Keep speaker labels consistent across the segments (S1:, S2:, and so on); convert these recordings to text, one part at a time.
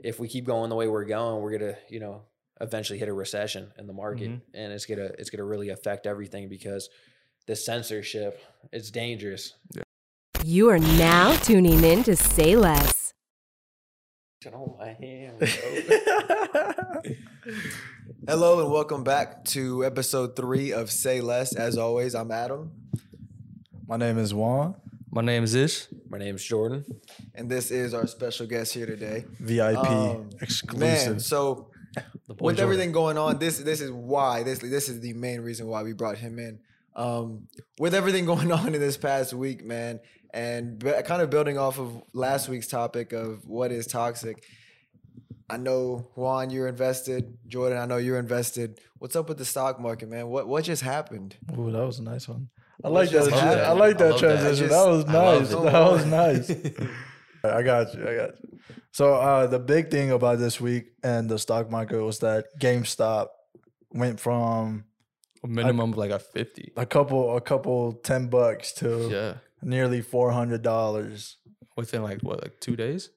S1: if we keep going the way we're going, we're gonna, you know, eventually hit a recession in the market,
S2: Mhm.
S1: and it's gonna it's gonna really affect everything because the censorship it's dangerous.
S3: You are now tuning in to Say Less.
S1: Don't hold oh, my hand, bro.
S2: Hello and welcome back to episode three of Say Less. As always, I'm Adam.
S4: My name is Juan,
S5: My name is Ish.
S1: my name's Jordan.
S2: And this is our special guest here today.
S4: VIP
S2: Um, Man,
S4: exclusive.
S2: so
S5: The boy
S2: with
S5: Jordan.
S2: everything going on, this this is why this this is the main reason why we brought him in. Um, with everything going on in this past week, man, and b- kind of building off of last week's topic of what is toxic. I know Juan, you're invested. Jordan, I know you're invested. What's up with the stock market, man? What what just happened?
S4: Ooh, that was a nice one. I
S2: What
S4: like that.
S2: just
S4: tran-
S2: happened?
S4: I like
S5: I
S4: that
S5: love that.
S4: transition.
S2: I
S4: That was
S5: I love
S4: nice.
S2: it.
S4: That was nice. I got you. I got you. So uh, the big thing about this week and the stock market was that GameStop went from
S5: a minimum of like uh, a fifty.
S4: a couple, a couple ten bucks to
S5: Yeah,
S4: nearly four hundred dollars
S5: within like what, like two days,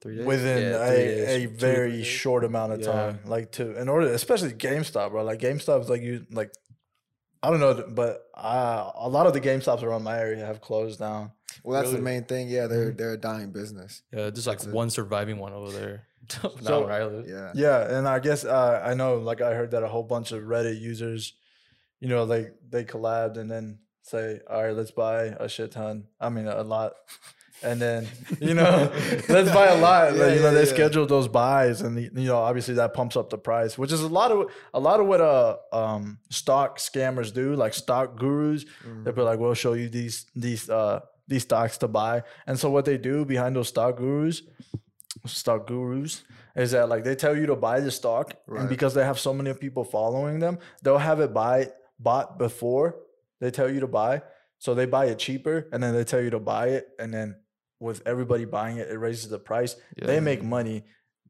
S5: three days.
S4: within
S1: Yeah, three days,
S4: a, a
S1: two to three
S4: very
S1: days.
S4: short amount of
S5: Yeah.
S4: time. Like to in order, especially GameStop, bro. Like GameStop is like you like I don't know, th- but I, a lot of the GameStops around my area have closed down.
S2: Well, that's
S4: Really?
S2: the main thing. Yeah, they're they're a dying business.
S5: yeah, just like
S2: That's it.
S5: one surviving one over there. Not
S4: So-
S5: where I live.
S2: Yeah.
S4: Yeah, and I guess uh, I know. Like I heard that a whole bunch of Reddit users, you know, like they collabed and then say, "All right, let's buy a shit ton. I mean, a lot." And then you know, let's buy a lot.
S2: Yeah,
S4: like, you know,
S2: yeah,
S4: they
S2: yeah.
S4: schedule those buys, and you know, obviously that pumps up the price, which is a lot of a lot of what uh um stock scammers do, like stock gurus.
S2: Mm-hmm.
S4: They'll be like, "We'll show you these these uh these stocks to buy." And so what they do behind those stock gurus, stock gurus, is that like they tell you to buy the stock,
S2: Right.
S4: and because they have so many people following them, they'll have it buy bought before they tell you to buy. So they buy it cheaper, and then they tell you to buy it, and then with everybody buying it, it raises the price.
S5: Yeah.
S4: They make money.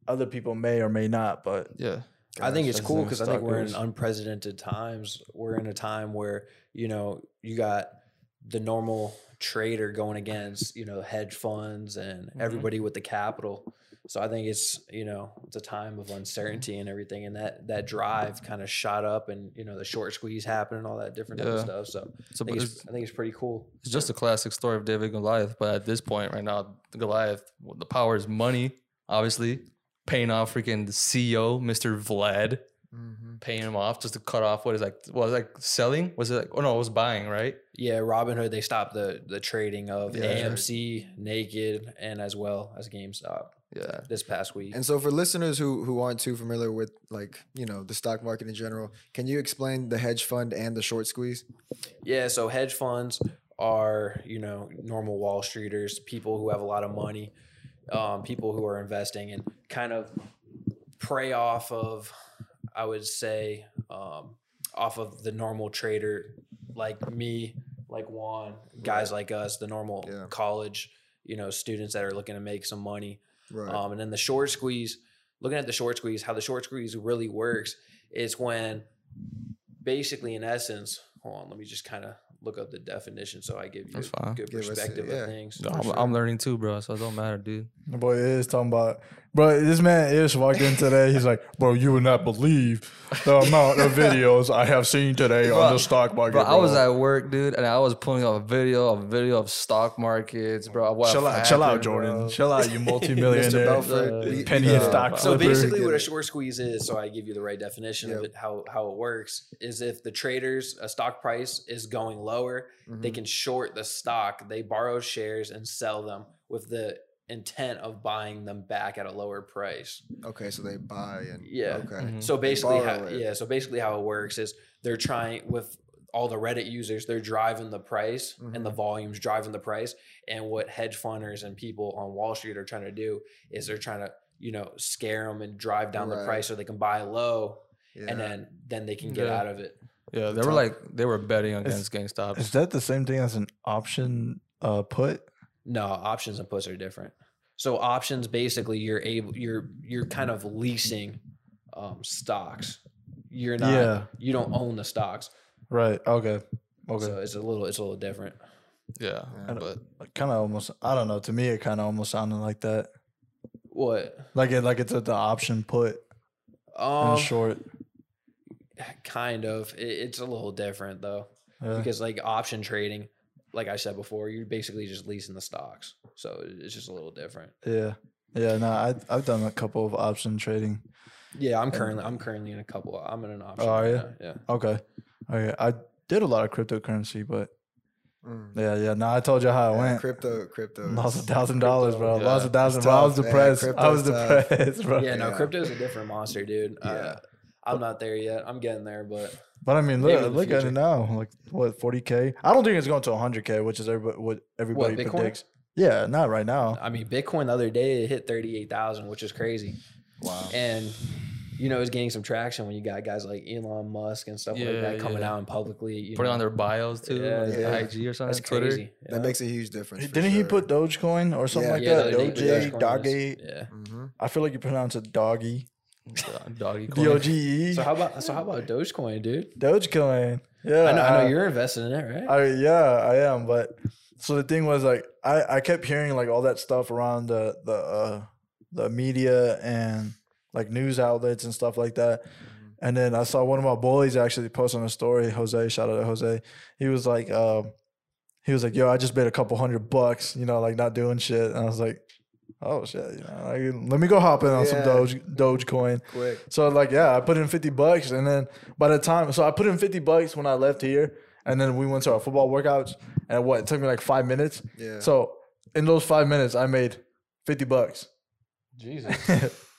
S4: Other people may or may not, but
S5: Yeah,
S1: I think it's
S4: Gosh,
S1: cool
S4: that's
S1: because I think we're in
S4: stalkers.
S1: unprecedented times. We're in a time where you know you got the normal trader going against you know hedge funds and
S5: Mhm.
S1: everybody with the capital. So I think it's you know it's a time of uncertainty and everything, and that that drive kind of shot up, and you know the short squeeze happened and all that different type of
S5: Yeah.
S1: stuff. So
S5: so
S1: I think,
S5: but
S1: it's,
S5: it's,
S1: I think it's pretty cool.
S5: it's just a classic story of David and Goliath. But at this point, right now, Goliath, well, the power is money, obviously. Paying off freaking the CEO, Mr. Vlad,
S2: Mhm.
S5: paying him off just to cut off what is like, was like selling? Was it like, oh no, it was buying, right?
S1: Yeah, Robinhood they stopped the the trading of
S5: Yeah.
S1: AMC, Naked, and as well as GameStop
S5: Yeah.
S1: this past week.
S2: And so for listeners who who aren't too familiar with like, you know, the stock market in general, can you explain the hedge fund and the short squeeze?
S4: Uh,
S1: Yeah, so hedge funds are, you know, normal Wall Streeters, people who have a lot of money, um, people who are investing and kind of prey off of, I would say, um, off of the normal trader like me, like Juan, guys like us, the normal
S2: Yeah.
S1: college, you know, students that are looking to make some money.
S2: Right.
S1: Um, and then the short squeeze, looking at the short squeeze, how the short squeeze really works is when basically, in essence, hold on, let me just kind of look up the definition so I give you
S5: That's
S1: a
S5: fine.
S1: good
S2: Give us a-
S1: perspective
S2: yeah.
S1: of things.
S5: I'm, I'm learning too, bro. So it don't matter, dude.
S4: The boy is talking about, bro. This man is walked in today. He's like, bro, you would not believe the amount of videos I have seen today on
S5: Bro,
S4: the stock market.
S5: Bro, I was at work, dude, and I was pulling up a video, a video of stock markets, bro. of What
S4: chill out, chill out,
S5: happened,
S4: Jordan.
S5: bro.
S4: Chill out, you
S2: Mr.
S4: multimillionaire,
S2: Belford,
S5: uh,
S2: we-
S4: penny
S2: we-
S4: and
S5: uh,
S4: stock
S1: So
S4: flipper.
S1: basically,
S2: Get
S1: what
S2: it.
S1: a short squeeze is, so I give you the right definition of
S2: Yep.
S1: it, how how it works is if the traders a stock price is going lower, they
S2: Mhm.
S1: can short the stock, they borrow shares and sell them with the intent of buying them back at a lower price.
S2: Okay, so they buy and
S1: Yeah.
S2: Okay.
S5: Mhm.
S1: So basically,
S2: Mm-hmm. borrow
S1: how,
S2: it.
S1: yeah. So basically, how it works is they're trying with all the Reddit users, they're driving the price and
S2: Mm-hmm.
S1: the volumes driving the price. And what hedge funders and people on Wall Street are trying to do is they're trying to you know scare them and drive down the
S2: Right.
S1: price so they can buy low
S2: Yeah.
S1: and then then they can get
S5: Yeah.
S1: out of it.
S5: Yeah, they
S2: Top.
S5: were like they were betting
S4: Is-
S5: against GameStop.
S4: Is that the same thing as an option uh, put?
S1: No, options and puts are different. So options basically you're able you're you're kind of leasing um, stocks. You're not
S4: Yeah.
S1: you don't own the stocks.
S4: Right. Okay. Okay.
S1: So it's a little it's a little different.
S5: Yeah,
S2: Yeah.
S5: but
S4: kind of almost. I don't know. To me, it kind of almost sounded like that.
S1: What?
S4: Like it, like it's at the option put in
S1: Um,
S4: short.
S1: kind of. It, it's a little different though,
S4: Yeah.
S1: because like option trading, like I said before, you're basically just leasing the stocks, so it- it's just a little different.
S4: Yeah. Yeah, no, I I've done a couple of option trading.
S1: Yeah, I'm currently I'm currently in a couple. I'm in an option.
S4: Oh, are
S1: right
S4: ya?
S1: now, Yeah.
S4: Okay. Okay. I did a lot of cryptocurrency, but
S2: Mm.
S4: yeah, yeah. No, I told you how I
S2: Yeah,
S4: went.
S2: Crypto, crypto.
S4: Lost a
S2: is-
S4: thousand dollars, bro.
S5: yeah.
S4: Lost a thousand.
S2: It's
S4: Bro. I was
S2: tough, man.
S4: depressed. I was
S2: Crypto's tough.
S4: depressed, bro.
S1: Yeah, no,
S2: Yeah.
S1: crypto's a different monster, dude. Uh,
S2: Yeah.
S1: I'm not there yet. I'm getting there, but
S4: But I mean,
S1: Maybe in
S4: look,
S1: the
S4: look at
S1: future.
S4: it now. Like what, forty k? I don't think it's going to hundred k, which is everybody, what everybody
S1: Bitcoin?
S4: predicts. Yeah, not right now.
S1: I mean, Bitcoin the other day it hit 38,000, which is crazy.
S4: Wow.
S1: And you know, it's getting some traction when you got guys like Elon Musk and stuff like
S5: Yeah,
S1: that coming
S5: yeah.
S1: out and publicly you
S5: Put it
S1: know,
S5: on their bios too,
S1: Yeah,
S5: like
S2: yeah.
S5: IG or something,
S1: that's
S5: Twitter.
S1: crazy.
S2: That makes a huge difference. for
S4: Didn't he
S2: sure.
S4: put Dogecoin or something
S2: Yeah.
S4: like
S2: Yeah,
S4: that?
S1: the other day
S4: Doge,
S1: Dogecoin was-
S4: Doggy.
S1: Yeah.
S2: Mhm.
S4: I feel like you pronounce it doggy. Mm-hmm.
S5: Doggy
S4: D O G E.
S1: So how about so how about Dogecoin, dude?
S4: Dogecoin. Yeah,
S1: I know, I know
S4: uh,
S1: you're invested in it, right?
S4: I yeah, I am. But so the thing was like I I kept hearing like all that stuff around the the uh, the media and like news outlets and stuff like that. And then I saw one of my boys actually post on a story. Jose, shout out to Jose. He was like, um, he was like, "Yo, I just made a couple hundred bucks, you know, like not doing shit." And I was like, "Oh shit, you know, like, let me go hop in on some
S2: Yeah.
S4: Doge Dogecoin."
S2: Quick.
S4: So like yeah, I put in fifty bucks, and then by the time so I put in fifty bucks when I left here, and then we went to our football workouts, and what it took me like five minutes.
S2: Yeah.
S4: So in those five minutes, I made fifty bucks.
S1: Jesus.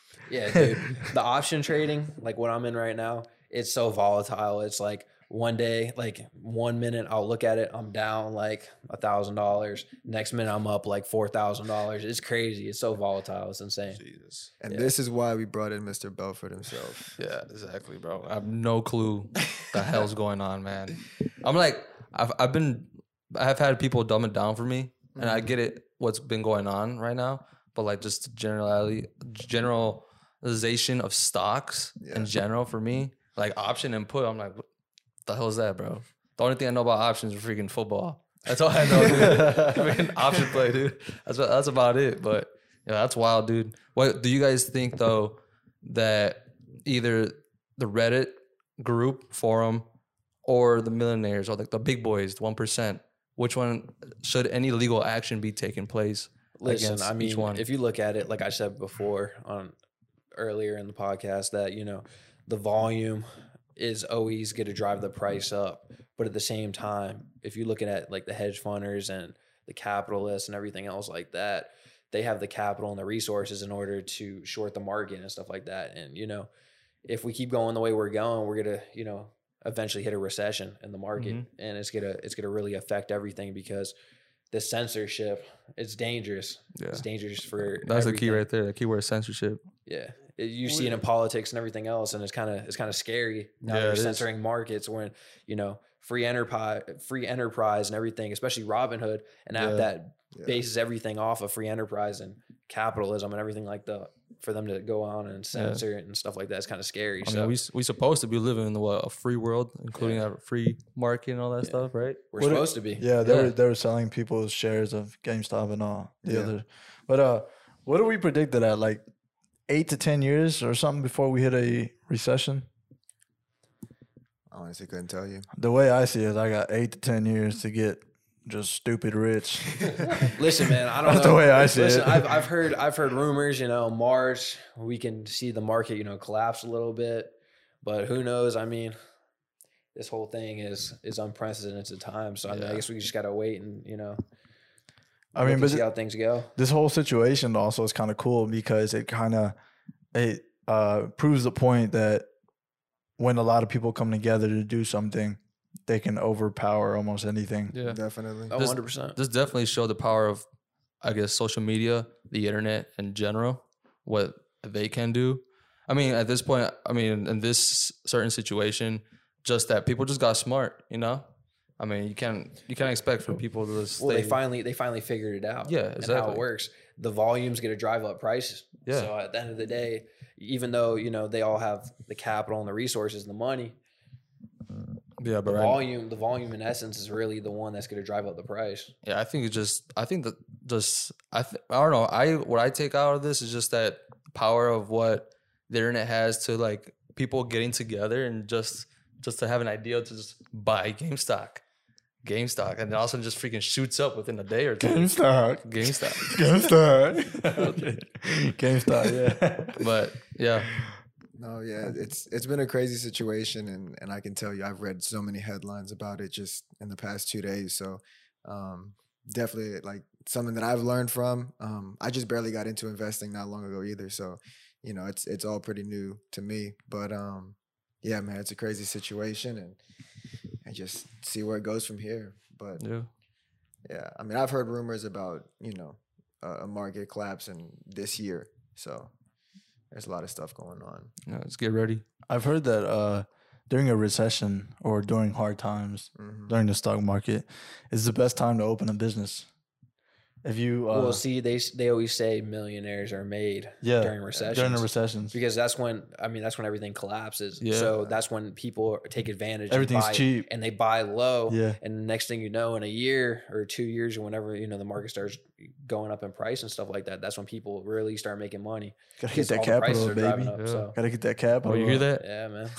S1: yeah, dude. The option trading, like what I'm in right now, it's so volatile. It's like one day, like one minute, I'll look at it, I'm down like a thousand dollars. Next minute, I'm up like four thousand dollars. It's crazy. It's so volatile. It's insane.
S5: Jesus.
S2: and
S1: yeah.
S2: this is why we brought in Mr. Belford himself.
S5: Yeah, exactly, bro. I have no clue the hell's going on, man. I'm like, I've I've been, I've had people dumb it down for me, and I get it what's been going on right now, but like just the generality, generalization of stocks
S2: Yeah.
S5: in general for me, like option and put, I'm like, what the hell is that, bro? The only thing I know about options is freaking football. That's all I know. dude. Freaking option play, dude. That's what, that's about it. But yeah, that's wild, dude. What do you guys think though? That either the Reddit group forum or the millionaires or like the big boys, the one percent. Which one should any legal action be taking place?
S1: Listen,
S5: against
S1: I mean,
S5: each one.
S1: if you look at it, like I said before on earlier in the podcast, that you know, the volume is always going to drive the price up. But at the same time, if you're looking at like the hedge funders and the capitalists and everything else like that, they have the capital and the resources in order to short the market and stuff like that. And you know, if we keep going the way we're going, we're gonna, you know, eventually hit a recession in the market,
S5: Mhm.
S1: and it's gonna it's gonna really affect everything because the censorship it's dangerous.
S5: Yeah,
S1: It's dangerous for
S5: that's the key
S1: everything.
S5: right there. The keyword censorship.
S1: Yeah, It- you see it in politics and everything else, and it's kind of it's kind of scary. Now
S5: Yeah,
S1: they're
S5: it is.
S1: censoring markets when you know free enterprise, free enterprise, and everything, especially Robinhood, and app
S5: Yeah.
S1: that
S2: Yeah.
S1: bases everything off of free enterprise and capitalism and everything like that. For them to go on and censor it and stuff like that, it's kind of scary.
S5: I
S1: so
S5: mean, we s- we supposed to be living in the, what, a free world, including a free market and all that stuff, right?
S1: we're
S4: what it-
S1: supposed to be.
S4: Yeah, they
S5: Yeah.
S4: were they were selling people's shares of GameStop and all the
S2: Yeah.
S4: other. But uh, what do we predict that at like eight to ten years or something before we hit a recession?
S2: I honestly couldn't tell you.
S4: The way I see it, I got eight to ten years to get just stupid rich.
S1: Listen, man, I don't
S4: That's
S1: know.
S4: the way I see
S1: Listen,
S4: it.
S1: I've, I've heard I've heard rumors. You know, March we can see the market, you know, collapse a little bit, but who knows? I mean, this whole thing is is unprecedented time. So I, mean, I
S5: Yeah.
S1: guess we just gotta wait and you know.
S4: I
S1: look
S4: mean,
S1: and
S4: but
S1: see how things go.
S4: this whole situation also is kind of cool because it kind of it uh, proves the point that when a lot of people come together to do something, they can overpower almost anything.
S5: Yeah.
S2: Definitely.
S1: Oh,
S5: This-
S1: 100 percent.
S5: This definitely showed the power of, I guess, social media, the internet in general, what they can do. I mean, at this point, I mean, in this certain situation, just that people just got smart, you know. I mean, you can't you can't expect for people to just
S1: Well, they
S5: stay-
S1: finally they finally figured it out.
S5: Yeah,
S1: and how
S5: exactly.
S1: it works. The volume's gonna drive up prices.
S5: Yeah.
S1: So at the end of the day, even though you know they all have the capital and the resources and the money,
S5: Yeah,
S1: The
S5: but right,
S1: volume, the volume in essence is really the one that's going to drive up the price.
S5: yeah, I think it's just I think that just I th- I don't know. I what I take out of this is just that power of what the internet has to like people getting together and just just to have an idea to just buy GameStop. GameStop and then all of a sudden just freaking shoots up within a day or two.
S4: GameStop.
S5: GameStop.
S4: GameStop. GameStop. Yeah.
S5: But yeah.
S2: No, yeah, it's it's been a crazy situation, and and I can tell you, I've read so many headlines about it just in the past two days. So, um, definitely like something that I've learned from. Um, I just barely got into investing not long ago either, so you know, it's it's all pretty new to me. But um, yeah, man, it's a crazy situation, and and just see where it goes from here. But
S5: Yeah.
S2: yeah, I mean, I've heard rumors about you know a, a market collapse in this year, so there's a lot of stuff going on.
S5: No, let's get ready.
S4: I've heard that uh, during a recession or during hard times,
S2: Mhm.
S4: during the stock market, is the best time to open a business. If you uh,
S1: well, see, they s- they always say millionaires are made
S4: yeah,
S1: during recessions.
S4: during the recessions,
S1: because that's when I mean that's when everything collapses.
S5: Yeah.
S1: So that's when people are- take advantage. and
S4: Everything's
S1: buy-
S4: cheap.
S1: and they buy low.
S4: yeah,
S1: And the next thing you know, in a year or two years or whenever you know the market starts going up in price and stuff like that, that's when people really start making money.
S4: gotta get
S1: because
S4: that
S1: all the prices
S4: capital,
S1: are driving
S4: baby. Oh,
S1: up,
S5: Yeah.
S1: so.
S4: Gotta get that capital.
S5: Oh, you hear
S4: up.
S5: that?
S1: Yeah, man.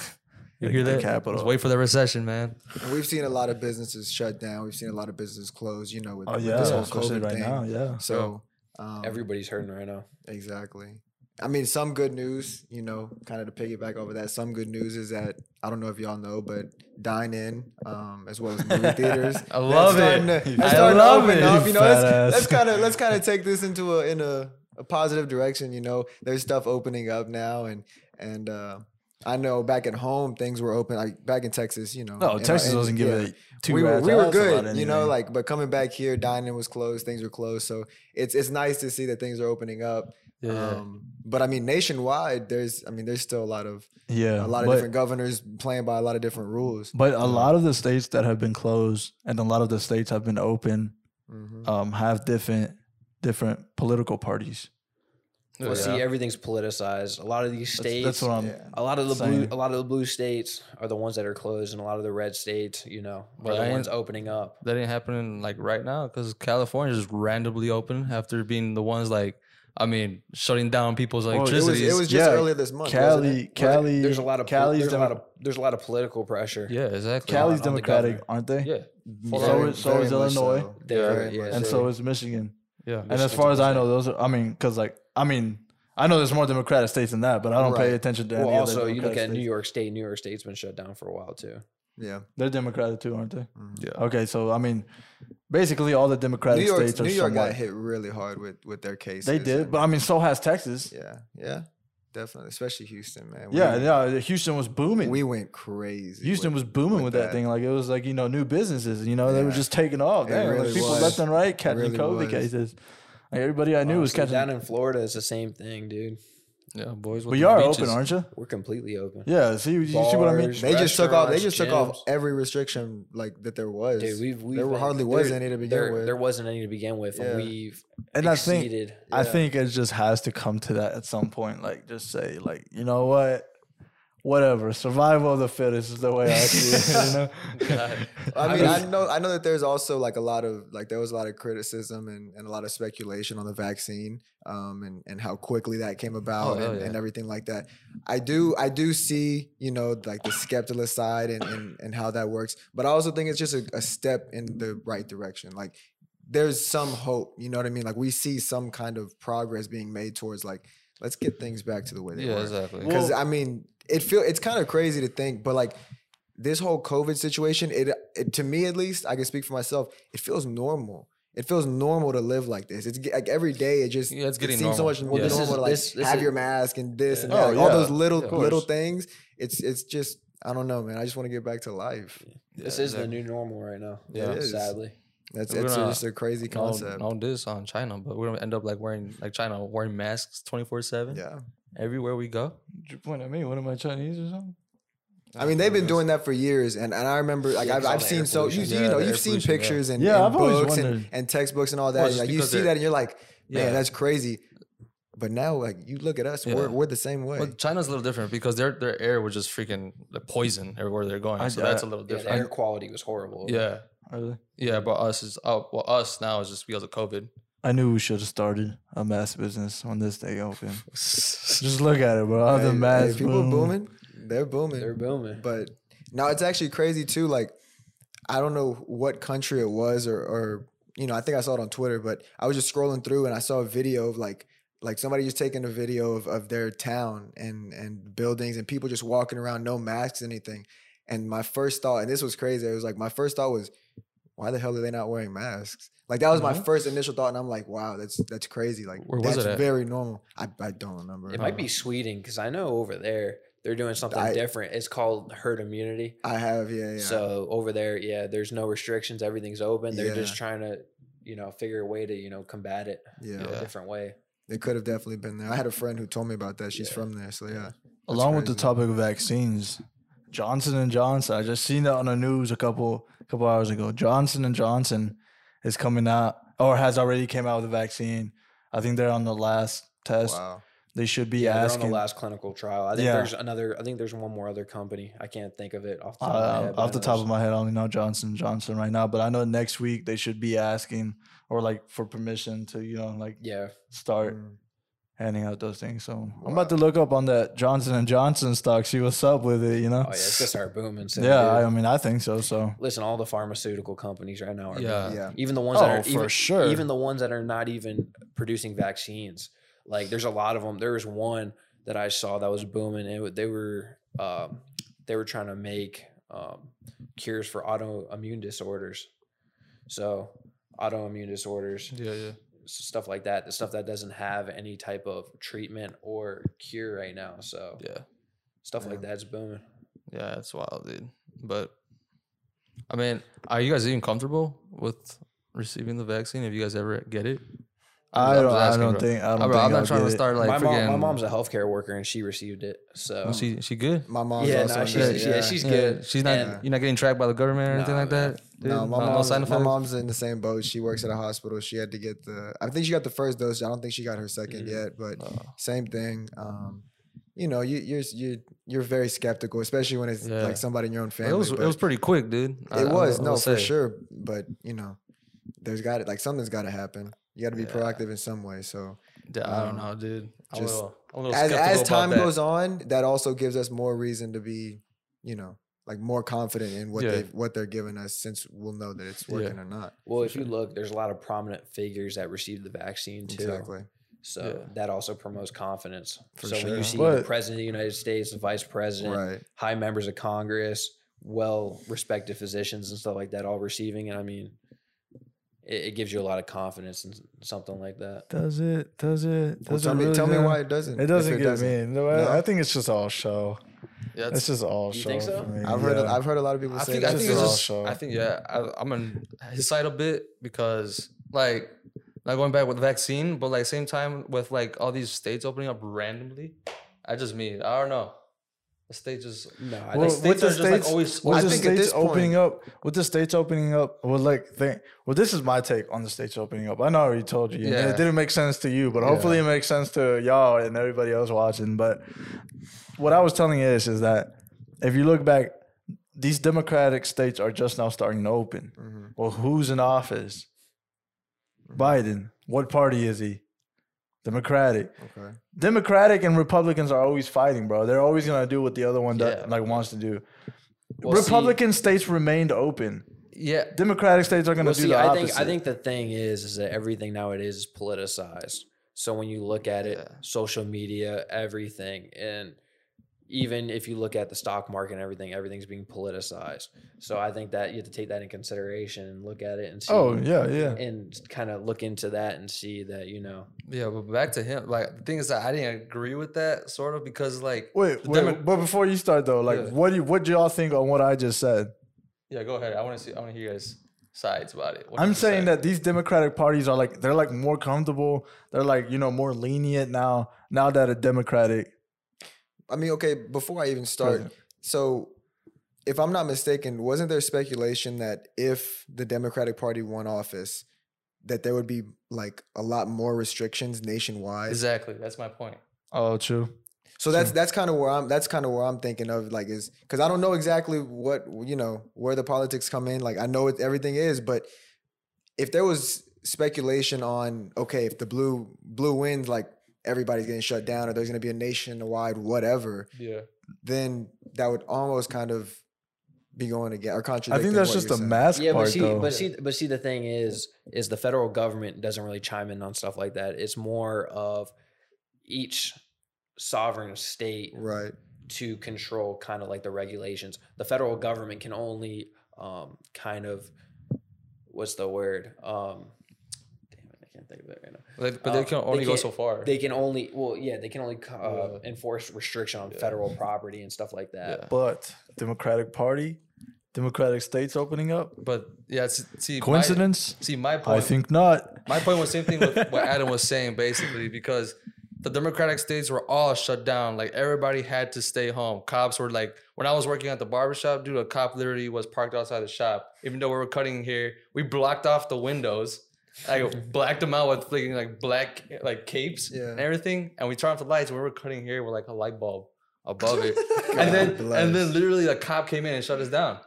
S5: You
S4: Gotta
S5: hear
S4: get
S5: that?
S4: that capital.
S5: Just wait for the recession, man.
S2: And We've seen a lot of businesses shut down. We've seen a lot of businesses close. You know, with,
S4: Oh
S2: with
S4: yeah,
S2: this whole
S4: especially
S2: COVID
S4: right
S2: thing.
S4: now. Yeah,
S2: So um,
S1: Everybody's hurting right now.
S2: exactly. I mean, some good news. You know, kind of to piggyback over that. Some good news is that I don't know if y'all know, but dine in um, as well as movie theaters.
S5: I love
S2: that's
S5: it.
S2: Starting to,
S5: I
S2: that's starting to
S5: love
S2: open
S5: it,
S2: Up.
S4: you
S2: You know, let's,
S4: fat
S2: let's
S4: ass.
S2: kind of let's kind of take this into a in a, a positive direction. You know, there's stuff opening up now, and and uh, I know back at home things were open. Like back in Texas, you know,
S4: no,
S2: and-
S4: Texas
S2: and-
S4: doesn't give
S2: yeah
S4: it two
S2: we were,
S4: rats
S2: we were
S4: ass about
S2: good, you know,
S4: anything.
S2: like but coming back here, dining was closed, things were closed, so it's it's nice to see that things are opening up.
S5: Yeah.
S2: Um, but I mean, nationwide, there's I mean, there's still a lot of
S4: yeah,
S2: a lot of
S4: but-
S2: different governors playing by a lot of different rules.
S4: But a lot of the states that have been closed and a lot of the states have been open
S2: Mhm.
S4: um, have different different political parties.
S1: Well, see, everything's politicized. A lot of these
S4: That's,
S1: states,
S4: that's what I'm.
S2: Yeah.
S1: a lot of the blue,
S4: saying.
S1: a lot of the blue states are the ones that are closed, and a lot of the red states, you know, are
S5: Right.
S1: the ones opening up.
S5: that ain't happening like right now because California just randomly open after being the ones like, I mean, shutting down people's
S4: it was-
S2: It was
S5: electricity.
S2: it
S5: is-
S2: was just
S4: yeah,
S2: earlier this month. wasn't
S4: Cali,
S2: it?
S1: Well,
S4: Cali,
S1: there's a lot of pol-
S4: Cali's,
S1: there's a
S4: Demo-
S1: lot of there's a lot of political pressure.
S5: yeah, exactly.
S4: Cali's
S1: on the
S4: Democratic,
S1: governor.
S4: aren't they?
S5: yeah,
S2: Very-
S4: So is- so
S2: very
S4: is
S2: much
S4: Illinois.
S2: so.
S1: They're-
S2: Very
S1: yeah,
S2: much
S4: and
S1: so-
S4: so is Michigan.
S5: yeah.
S4: And as
S1: Michigan's
S4: far as I
S1: also-
S4: know, those are. I mean, because like I mean, I know there's more Democratic states than that, but I don't pay
S2: Right.
S4: attention to.
S1: Well,
S4: any
S1: also
S4: other
S1: you look
S4: Democratic
S1: at New
S4: states.
S1: York State. New York State's been shut down for a while too.
S2: Yeah,
S4: They're Democratic too, aren't they?
S2: Mhm.
S5: Yeah.
S4: Okay, so I mean, basically all the Democratic
S2: New York,
S4: states are
S2: New York
S4: somewhat.
S2: got hit really hard with with their cases.
S4: They did,
S2: and-
S4: but I mean, so has Texas.
S2: yeah, yeah, definitely, especially Houston, man.
S4: Yeah,
S2: we,
S4: yeah. Houston was booming.
S2: we went crazy.
S4: Houston was
S2: with-
S4: booming with,
S2: with
S4: that,
S2: that.
S4: thing. Like it was like you know new businesses. You know they were
S2: Yeah.
S4: just taking off.
S2: It
S4: Damn, like,
S2: really
S4: people
S2: was.
S4: left and right catching
S2: Really
S4: COVID
S2: was.
S4: cases. Like everybody I knew was
S1: Honestly,
S4: catching.
S1: down in Florida. It's the same thing, dude.
S5: yeah, boys. with
S4: but
S5: the
S4: you are
S5: beaches.
S4: open, aren't you?
S1: We're completely open.
S4: Yeah. See, you see what I mean?
S1: Bars,
S2: They just took off. They
S1: restaurants,
S2: just took off
S1: gyms.
S2: every restriction like that there was.
S1: Dude, we've, we've
S2: there
S1: been-
S2: hardly was any to begin
S1: there,
S2: with.
S1: There wasn't any to begin with.
S2: Yeah.
S1: and We've
S4: And I think
S1: exceeded.
S4: I think it just has to come to that at some point. Like just say like you know what. Whatever, survival of the fittest is the way I see it. You know?
S2: I mean, I know, I know that there's also like a lot of like there was a lot of criticism and, and a lot of speculation on the vaccine, um, and and how quickly that came about
S5: Oh, hell
S2: and,
S5: yeah.
S2: and everything like that. I do, I do see, you know, like the skeptical side and, and and how that works, but I also think it's just a, a step in the right direction. Like, there's some hope. You know what I mean? Like, we see some kind of progress being made towards like let's get things back to the way they
S5: yeah,
S2: were.
S5: exactly.
S2: Because I mean, it feel it's kind of crazy to think, but like this whole COVID situation, it, it to me at least, I can speak for myself. It feels normal. It feels normal to live like this. It's ge- like every day, it just
S5: Yeah, it's getting
S2: it seems so
S5: normal.
S2: much more
S5: Yeah.
S1: This is-
S2: normal to like
S1: this- this
S2: have
S1: is-
S2: your mask and this and
S4: Yeah.
S2: that,
S4: Oh,
S2: like, all
S4: yeah,
S2: those little
S5: of
S2: little
S5: course.
S2: things. It's it's just I don't know, man. I just want to get back to life.
S1: this
S5: Yeah,
S1: is the
S5: exactly.
S1: new normal right now.
S2: Yeah. It is.
S1: sadly.
S2: That's
S5: We're
S2: it's
S5: gonna-
S2: just a crazy concept.
S5: No, no this on China, but we're gonna end up like wearing like China wearing masks twenty four seven
S2: Yeah,
S5: everywhere we go.
S4: Did you point at me? What am I Chinese or something?
S2: I mean they've been doing that for years, and, and I remember like
S1: Yeah,
S2: I've,
S1: it's all
S2: I've
S1: the
S2: seen
S1: air
S2: so you,
S1: pollution.
S2: you
S5: Yeah,
S2: know
S5: the air
S2: you've seen
S5: pollution, yeah.
S2: pictures and,
S4: Yeah,
S2: and
S4: I've always
S2: books and,
S4: wondered.
S2: and textbooks and all that.
S5: it's
S2: like,
S5: just
S2: you
S5: because
S2: see
S5: they're-
S2: that and you're like, man,
S5: Yeah.
S2: that's crazy. But now, like you look at us,
S5: Yeah.
S2: we're we're the same way.
S5: Well, China's a little different because their their air was just freaking the poison everywhere they're going.
S4: I-
S5: so that's a
S4: I-
S5: little
S1: Yeah, the
S5: different.
S1: air quality was horrible.
S5: yeah,
S4: Really?
S5: yeah, but us is uh, well, us now is just because of COVID.
S4: I knew we should have started a mass business when this day opened. Just look at it, bro. All the
S2: Hey, hey,
S4: mass
S2: people
S4: boom.
S2: booming, they're booming.
S1: they're booming.
S2: But now it's actually crazy too. Like I don't know what country it was, or or you know, I think I saw it on Twitter. But I was just scrolling through and I saw a video of like like somebody just taking a video of, of their town and and buildings and people just walking around, no masks, anything. And my first thought, and this was crazy, it was like my first thought was, why the hell are they not wearing masks? Like that was my
S5: Mhm.
S2: first initial thought, and I'm like, wow, that's that's crazy. Like
S5: Where was
S2: that's
S5: it at?
S2: very normal. I, I don't remember.
S1: It might be Sweden because I know over there they're doing something
S2: I-
S1: different. It's called herd immunity.
S2: I have, yeah, yeah.
S1: So over there, yeah, there's no restrictions. Everything's open. They're just
S2: Yeah.
S1: trying to, you know, figure a way to, you know, combat it a
S2: yeah.
S4: Uh,
S5: Yeah.
S1: different way.
S2: It could have definitely been there. I had a friend who told me about that. She's
S1: Yeah.
S2: from there, so yeah. That's
S4: Along with the
S2: crazy.
S4: topic of vaccines, Johnson and Johnson. I just seen that on the news a couple couple hours ago. Johnson and Johnson is coming out or has already came out with a vaccine. I think they're on the last test.
S2: Wow.
S4: They should be
S1: Yeah, they're on
S4: asking
S1: the last clinical trial. I think
S4: Yeah.
S1: there's another. I think there's one more other company. I can't think of it off the top of my
S4: Uh,
S1: head. but
S4: off
S1: I
S4: the
S1: know
S4: top
S1: there's-
S4: of my head, I only know Johnson Johnson right now, but I know next week they should be asking or like for permission to you know like
S1: Yeah,
S4: start
S2: Mm.
S4: handing out those things. So I'm
S2: Wow.
S4: about to look up on that Johnson and Johnson stock, see what's up with it. You know?
S1: oh yeah, it's gonna start booming. Soon,
S4: yeah,
S1: dude.
S4: I, I mean, I think so. So
S1: listen, all the pharmaceutical companies right now are booming.
S5: Yeah,
S2: Yeah.
S1: even the ones that
S4: Oh,
S1: are
S4: for
S1: even,
S4: sure.
S1: even the ones that are not even producing vaccines like there's a lot of them there was one that i saw that was booming and it- they were um, they were trying to make um, cures for autoimmune disorders so autoimmune disorders
S5: yeah, yeah.
S1: s- stuff like that the stuff that doesn't have any type of treatment or cure right now so
S5: Yeah,
S1: stuff like
S2: Yeah.
S1: that's booming
S5: yeah, it's wild, dude. But I mean, are you guys even comfortable with receiving the vaccine? If you guys ever get it,
S4: I
S5: I'm
S4: don't,
S5: just
S4: I
S5: asking,
S4: don't
S5: bro.
S4: think I don't
S5: I,
S4: think
S5: am
S4: I'll
S5: not trying
S4: get
S5: to
S4: it.
S5: start like
S1: my, mom, my
S5: freaking-
S1: mom's a healthcare worker and she received it so
S5: Oh, she she good.
S2: My mom's
S1: yeah,
S2: also
S1: no,
S2: in
S1: she's,
S2: the-
S1: yeah, she's good.
S5: She's not.
S1: And-
S5: You're not getting tracked by the government or anything
S1: Nah,
S5: like
S1: man.
S5: that. dude?
S2: No, my,
S5: no,
S2: mom's,
S5: side
S2: my
S5: effects.
S2: mom's in the same boat. She works at a hospital. She had to get the I think she got the first dose. I don't think she got her 2nd
S1: Mhm.
S2: yet, but
S5: No.
S2: same thing. Um, you know, you you're you're you're very skeptical, especially when it's
S5: Yeah.
S2: like somebody in your own
S5: But
S2: family.
S5: it was it
S2: but
S5: was pretty quick, dude. I- I
S2: it
S5: will-
S2: was,
S5: I
S2: no,
S5: will
S2: for
S5: say.
S2: sure. But you know, there's got it like something's gotta happen. You gotta be
S5: Yeah.
S2: proactive in some way. So
S5: Yeah, I don't
S2: Um,
S5: know, dude. I'm a
S2: just-
S5: little, I'm a little
S2: as
S5: skeptical
S2: as time
S5: about that.
S2: goes on, that also gives us more reason to be, you know, like more confident in what
S5: Yeah.
S2: they what they're giving us, since we'll know that it's
S5: Yeah.
S2: working or not.
S1: Well, if you look, there's a lot of prominent figures that received the vaccine too.
S2: Exactly.
S1: So
S5: Yeah.
S1: that also promotes confidence.
S2: For
S1: so when
S2: sure.
S1: you see the
S4: But-
S1: president of the United States, the vice president,
S2: Right.
S1: high members of Congress, well respected physicians and stuff like that all receiving it, I mean, it, it gives you a lot of confidence in s- something like that.
S4: Does it? Does it?
S2: Well,
S4: Does
S2: tell
S4: it
S2: me,
S4: really
S2: tell me
S4: do
S2: why it doesn't.
S4: It
S2: if
S4: doesn't get me. No, I-
S2: No?
S4: I think it's just all show. It's
S5: Yeah, it's-
S4: just all
S1: You
S4: show.
S1: think so?
S4: for me,
S2: I've heard
S4: yeah.
S2: I've heard a lot of people
S5: I
S2: say
S5: think,
S2: that.
S5: I think it's
S4: all
S5: just.
S4: show.
S5: I think yeah. I, I'm on his side a bit because like not going back with the vaccine, but like same time with like all these states opening up randomly. I just mean I don't know. The state just
S1: No, I
S5: Like,
S4: Well,
S1: think
S4: with
S5: states
S4: the
S5: are just, like,
S4: states-
S5: always-
S4: with
S5: I
S4: the
S2: think at
S4: states
S2: this
S4: opening up, with the states opening up, well, like, think, well, this is my take on the states opening up. I know I already told you, and
S5: Yeah.
S4: it didn't make sense to you, but hopefully it makes sense to y'all and everybody else watching. But what I was telling you is, is that if you look back, these Democratic states are just now starting to open.
S2: Mm-hmm.
S4: Well, who's in office? Biden. What party is he? Democratic.
S2: okay.
S4: Democratic and Republicans are always fighting, bro. They're always gonna do what the other one does,
S5: Yeah.
S4: like wants to do.
S1: Well, see-
S4: Republican states remained open.
S5: yeah.
S4: Democratic states are gonna
S1: Well,
S4: do
S1: see,
S4: the
S1: I
S4: opposite.
S1: think I think the thing is is that everything nowadays is politicized. So when you look at it,
S5: Yeah.
S1: social media, everything, and even if you look at the stock market and everything, everything's being politicized. So I think that you have to take that in consideration and look at it and see.
S4: oh yeah, yeah.
S1: And kind of look into that and see that you know.
S5: Yeah, but back to him. Like the thing is that I didn't agree with that sort of because like
S4: Wait,
S5: the
S4: wait,
S5: Demo-
S4: but before you start though, like,
S5: Yeah.
S4: what do you, what do y'all think on what I just said?
S5: yeah, go ahead. I want to see. I want to hear you guys sides about it. What do
S4: I'm
S5: you
S4: saying
S5: say?
S4: that these Democratic parties are like they're like more comfortable. They're like you know more lenient now. Now that a Democratic,
S2: I mean, okay. Before I even start,
S4: President.
S2: so if I'm not mistaken, wasn't there speculation that if the Democratic Party won office, that there would be like a lot more restrictions nationwide.
S5: Exactly. That's my point.
S4: Oh, true.
S2: So that's that's kind of where I'm that's kind of where I'm thinking of like is because I don't know exactly what you know where the politics come in. Like I know what everything is, but if there was speculation on okay, if the blue blue wins, like everybody's getting shut down, or there's going to be a nationwide whatever,
S5: Yeah.
S2: then that would almost kind of be going again or
S4: I
S2: contradicting.
S4: think that's
S2: what
S4: just
S2: you're
S4: a
S2: saying.
S4: mask
S1: yeah,
S4: part,
S1: but see,
S4: though.
S1: but see, but see, the thing is, is the federal government doesn't really chime in on stuff like that. It's more of each sovereign state
S2: right.
S1: to control kind of like the regulations. The federal government can only um, kind of what's the word? Um, damn it, I can't think of it right now.
S5: Like, but they
S1: Uh,
S5: can
S1: they
S5: only go
S1: can't-
S5: so far.
S1: They can only well, yeah, they can only uh, enforce restriction on federal property and stuff like that.
S4: But Democratic Party, Democratic states opening up.
S5: but yeah, s- see, my-
S4: Coincidence?
S5: see, my
S4: I
S5: point.
S4: think not.
S5: my point was same thing with what Adam was saying, basically, because the Democratic states were all shut down. Like everybody had to stay home. Cops were like, when I was working at the barbershop, dude, a cop literally was parked outside the shop. Even though we were cutting here, we blocked off the windows. Like blacked them out with flicking like black like capes
S2: Yeah.
S5: and everything. And we turned off the lights. When we were cutting here with like a light bulb above it. and then and
S2: bless. Mm-hmm.
S5: then literally a cop came in and shut us down.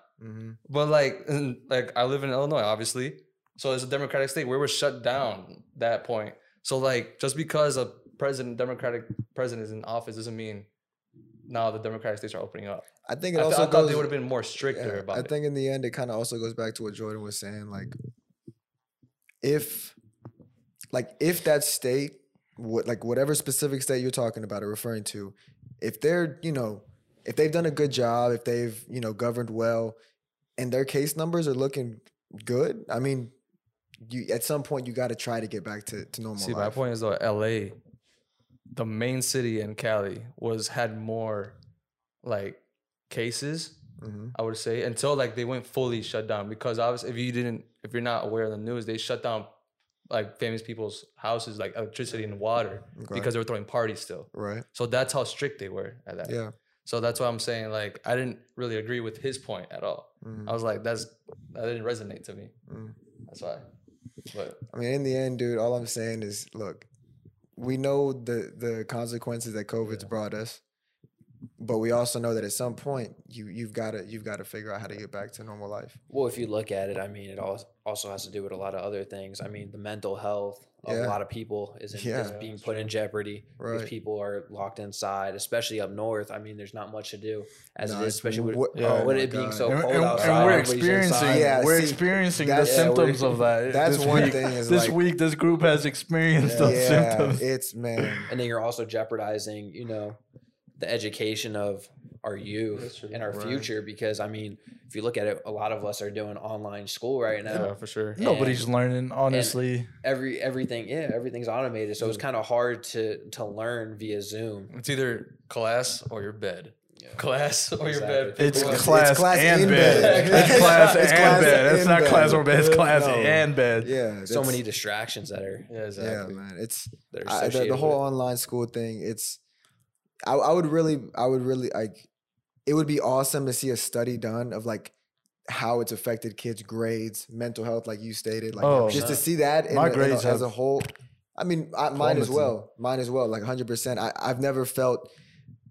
S5: But like, in- like I live in Illinois, obviously. So it's a democratic state. We were shut down that point. So like, just because a president, democratic president, is in office doesn't mean now the democratic states are opening up.
S2: I think
S5: I,
S2: it
S5: th-
S2: also
S5: I thought
S2: goes-
S5: they would have been more stricter
S2: Yeah,
S5: about
S2: I
S5: it.
S2: think in the end, it kind of also goes back to what Jordan was saying. Like, if, like, if that state, what, like, whatever specific state you're talking about or referring to, if they're, you know, if they've done a good job, if they've, you know, governed well, and their case numbers are looking good, I mean, you at some point you got to try to get back to to normal.
S5: See, my
S2: life.
S5: point is though, L.A., the main city in Cali, was had more like cases
S2: Mhm.
S5: I would say until like they went fully shut down because obviously if you didn't if you're not aware of the news they shut down like famous people's houses like electricity and water
S2: Okay.
S5: because they were throwing parties still
S2: Right.
S5: so that's how strict they were at that
S2: Yeah.
S5: so that's why I'm saying like I didn't really agree with his point at all
S2: Mhm.
S5: I was like that's that didn't resonate to me
S2: Mm.
S5: that's why but
S2: I mean, in the end, dude, all I'm saying is, look, we know the the consequences that COVID's brought us, but we also know that at some point, you you've got to you've got to figure out how to get back to normal life.
S1: Well, if you look at it, I mean, it al- also has to do with a lot of other things. I mean, the mental health of
S2: Yeah.
S1: a lot of people is, in,
S2: Yeah.
S1: is being put in jeopardy.
S2: Right.
S1: These people are locked inside, especially up north. I mean, there's not much to do as
S2: No,
S1: it is,
S2: it's
S1: especially with,
S2: wa- Yeah. oh
S1: with
S2: my
S1: it being
S2: God.
S1: so
S4: And,
S1: cold
S4: and- and
S1: outside.
S4: we're
S1: everybody's
S4: experiencing,
S1: inside.
S2: Yeah,
S4: we're
S2: see,
S4: experiencing the
S2: that's- yeah, we're-
S4: symptoms of that.
S2: that's
S4: this
S2: one
S4: week.
S2: thing is
S4: this
S2: like-
S4: week, this group has experienced those
S2: yeah,
S4: symptoms.
S2: it's man.
S1: And then you're also jeopardizing, you know, the education of our
S5: That's
S1: youth
S5: true.
S1: and our
S5: Right.
S1: future. Because I mean, if you look at it, a lot of us are doing online school right now.
S5: for sure
S4: Nobody's learning, honestly.
S1: Every everything, yeah, everything's automated. So it's kind of hard to to learn via Zoom.
S5: it's either class or your bed class or your bed
S1: Exactly.
S4: It's
S1: Well,
S4: class,
S1: it's
S2: class
S4: and
S2: in
S4: bed.
S2: bed.
S4: It's class
S2: It's
S4: and
S2: class
S4: bed. It's
S2: in
S4: not
S2: bed.
S4: class or bed. It's class
S2: No.
S4: and bed.
S2: Yeah,
S1: so
S2: that's-
S1: many distractions that are
S5: yeah exactly
S2: Yeah, man, it's
S1: that are
S2: I, the,
S1: associated
S2: the whole
S1: with
S2: online school thing it's I, I would really i would really like it would be awesome to see a study done of like how it's affected kids grades mental health like you stated like
S4: Oh,
S2: just to
S1: yeah.
S2: see that in
S4: My
S2: a- in a-
S4: grades
S2: as
S4: have
S2: a whole i mean I, mine as
S4: plummeted.
S2: well mine as well like 100% I, i've never felt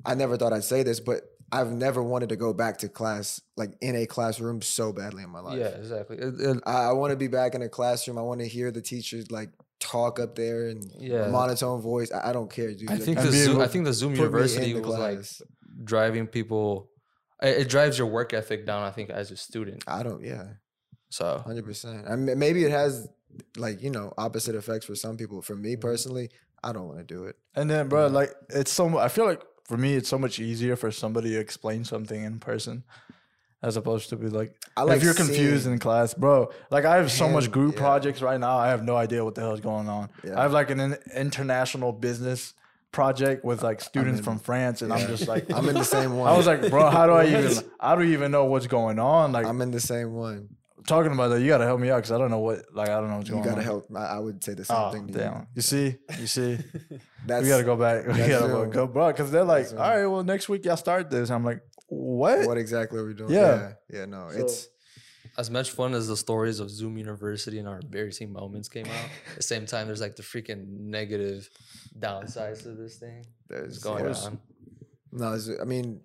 S2: i never thought i'd say this but i've never wanted to go back to class like in a classroom so badly in my life
S5: yeah exactly It- it-
S2: I, I want to be back in a classroom. I want to hear the teachers like talk up there and
S5: Yeah.
S2: monotone voice. I, I don't care, dude.
S5: I
S2: Like,
S5: think
S4: And
S5: the
S4: being
S5: Zoom,
S4: able
S5: I
S4: to
S5: think the Zoom
S2: put me in
S5: University
S2: the
S5: was like
S2: class.
S5: driving people. It, it drives your work ethic down. I think as a student.
S2: I don't. Yeah,
S5: So
S2: hundred percent. I mean, maybe it has like you know opposite effects for some people. For me personally, I don't want to do it.
S4: And then, bro, like it's so. mu- I feel like for me, it's so much easier for somebody to explain something in person, as opposed to be like,
S2: I like
S4: if you're confused
S2: seeing-
S4: in class, bro. Like I have so much
S2: Hand-
S4: group
S2: yeah.
S4: projects right now. I have no idea what the hell is going on.
S2: Yeah.
S4: I have like an in- international business project with like students from France, and I'm just like,
S2: I'm in the same one.
S4: I was like, bro, how do I even? I don't even know what's going on. Like
S2: I'm in the same one.
S4: talking about that, you gotta help me out because I don't know what. Like I don't know what's
S2: You
S4: going
S2: gotta
S4: on.
S2: help. I, I would say the same
S4: Oh,
S2: thing. To
S4: damn.
S2: You.
S4: You see, you see.
S2: That's
S4: we gotta go back. We
S2: that's
S4: gotta
S2: real.
S4: go, bro. Because they're like,
S2: That's
S4: all
S2: real.
S4: right, well, next week y'all start this. I'm like, what?
S2: What exactly are we doing?
S4: Yeah.
S2: yeah, yeah, no,
S4: So-
S2: it's
S5: as much fun as the stories of Zoom University and our embarrassing moments came out, at the same time, there's like the freaking negative downsides to this thing
S2: There's
S5: that's going
S2: there's-
S5: on.
S2: No, it's- I mean,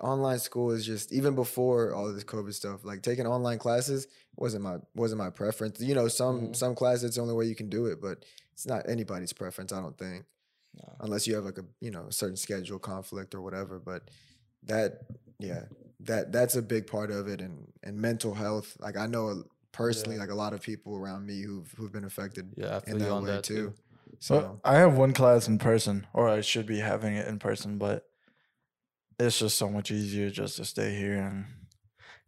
S2: online school is just even before all this COVID stuff. Like taking online classes wasn't my wasn't my preference. You know, some
S5: Mhm.
S2: some classes it's the only way you can do it, but it's not anybody's preference. I don't think,
S5: No.
S2: unless you have like a you know a certain schedule conflict or whatever. But that yeah, that that's a big part of it, and and mental health. Like I know personally, like a lot of people around me who've who've been affected
S5: Yeah, I feel
S2: in
S5: you
S2: that
S5: on
S2: way
S5: that
S2: too.
S5: too.
S2: So.
S4: So I have one class in person, or I should be having it in person, but it's just so much easier just to stay here and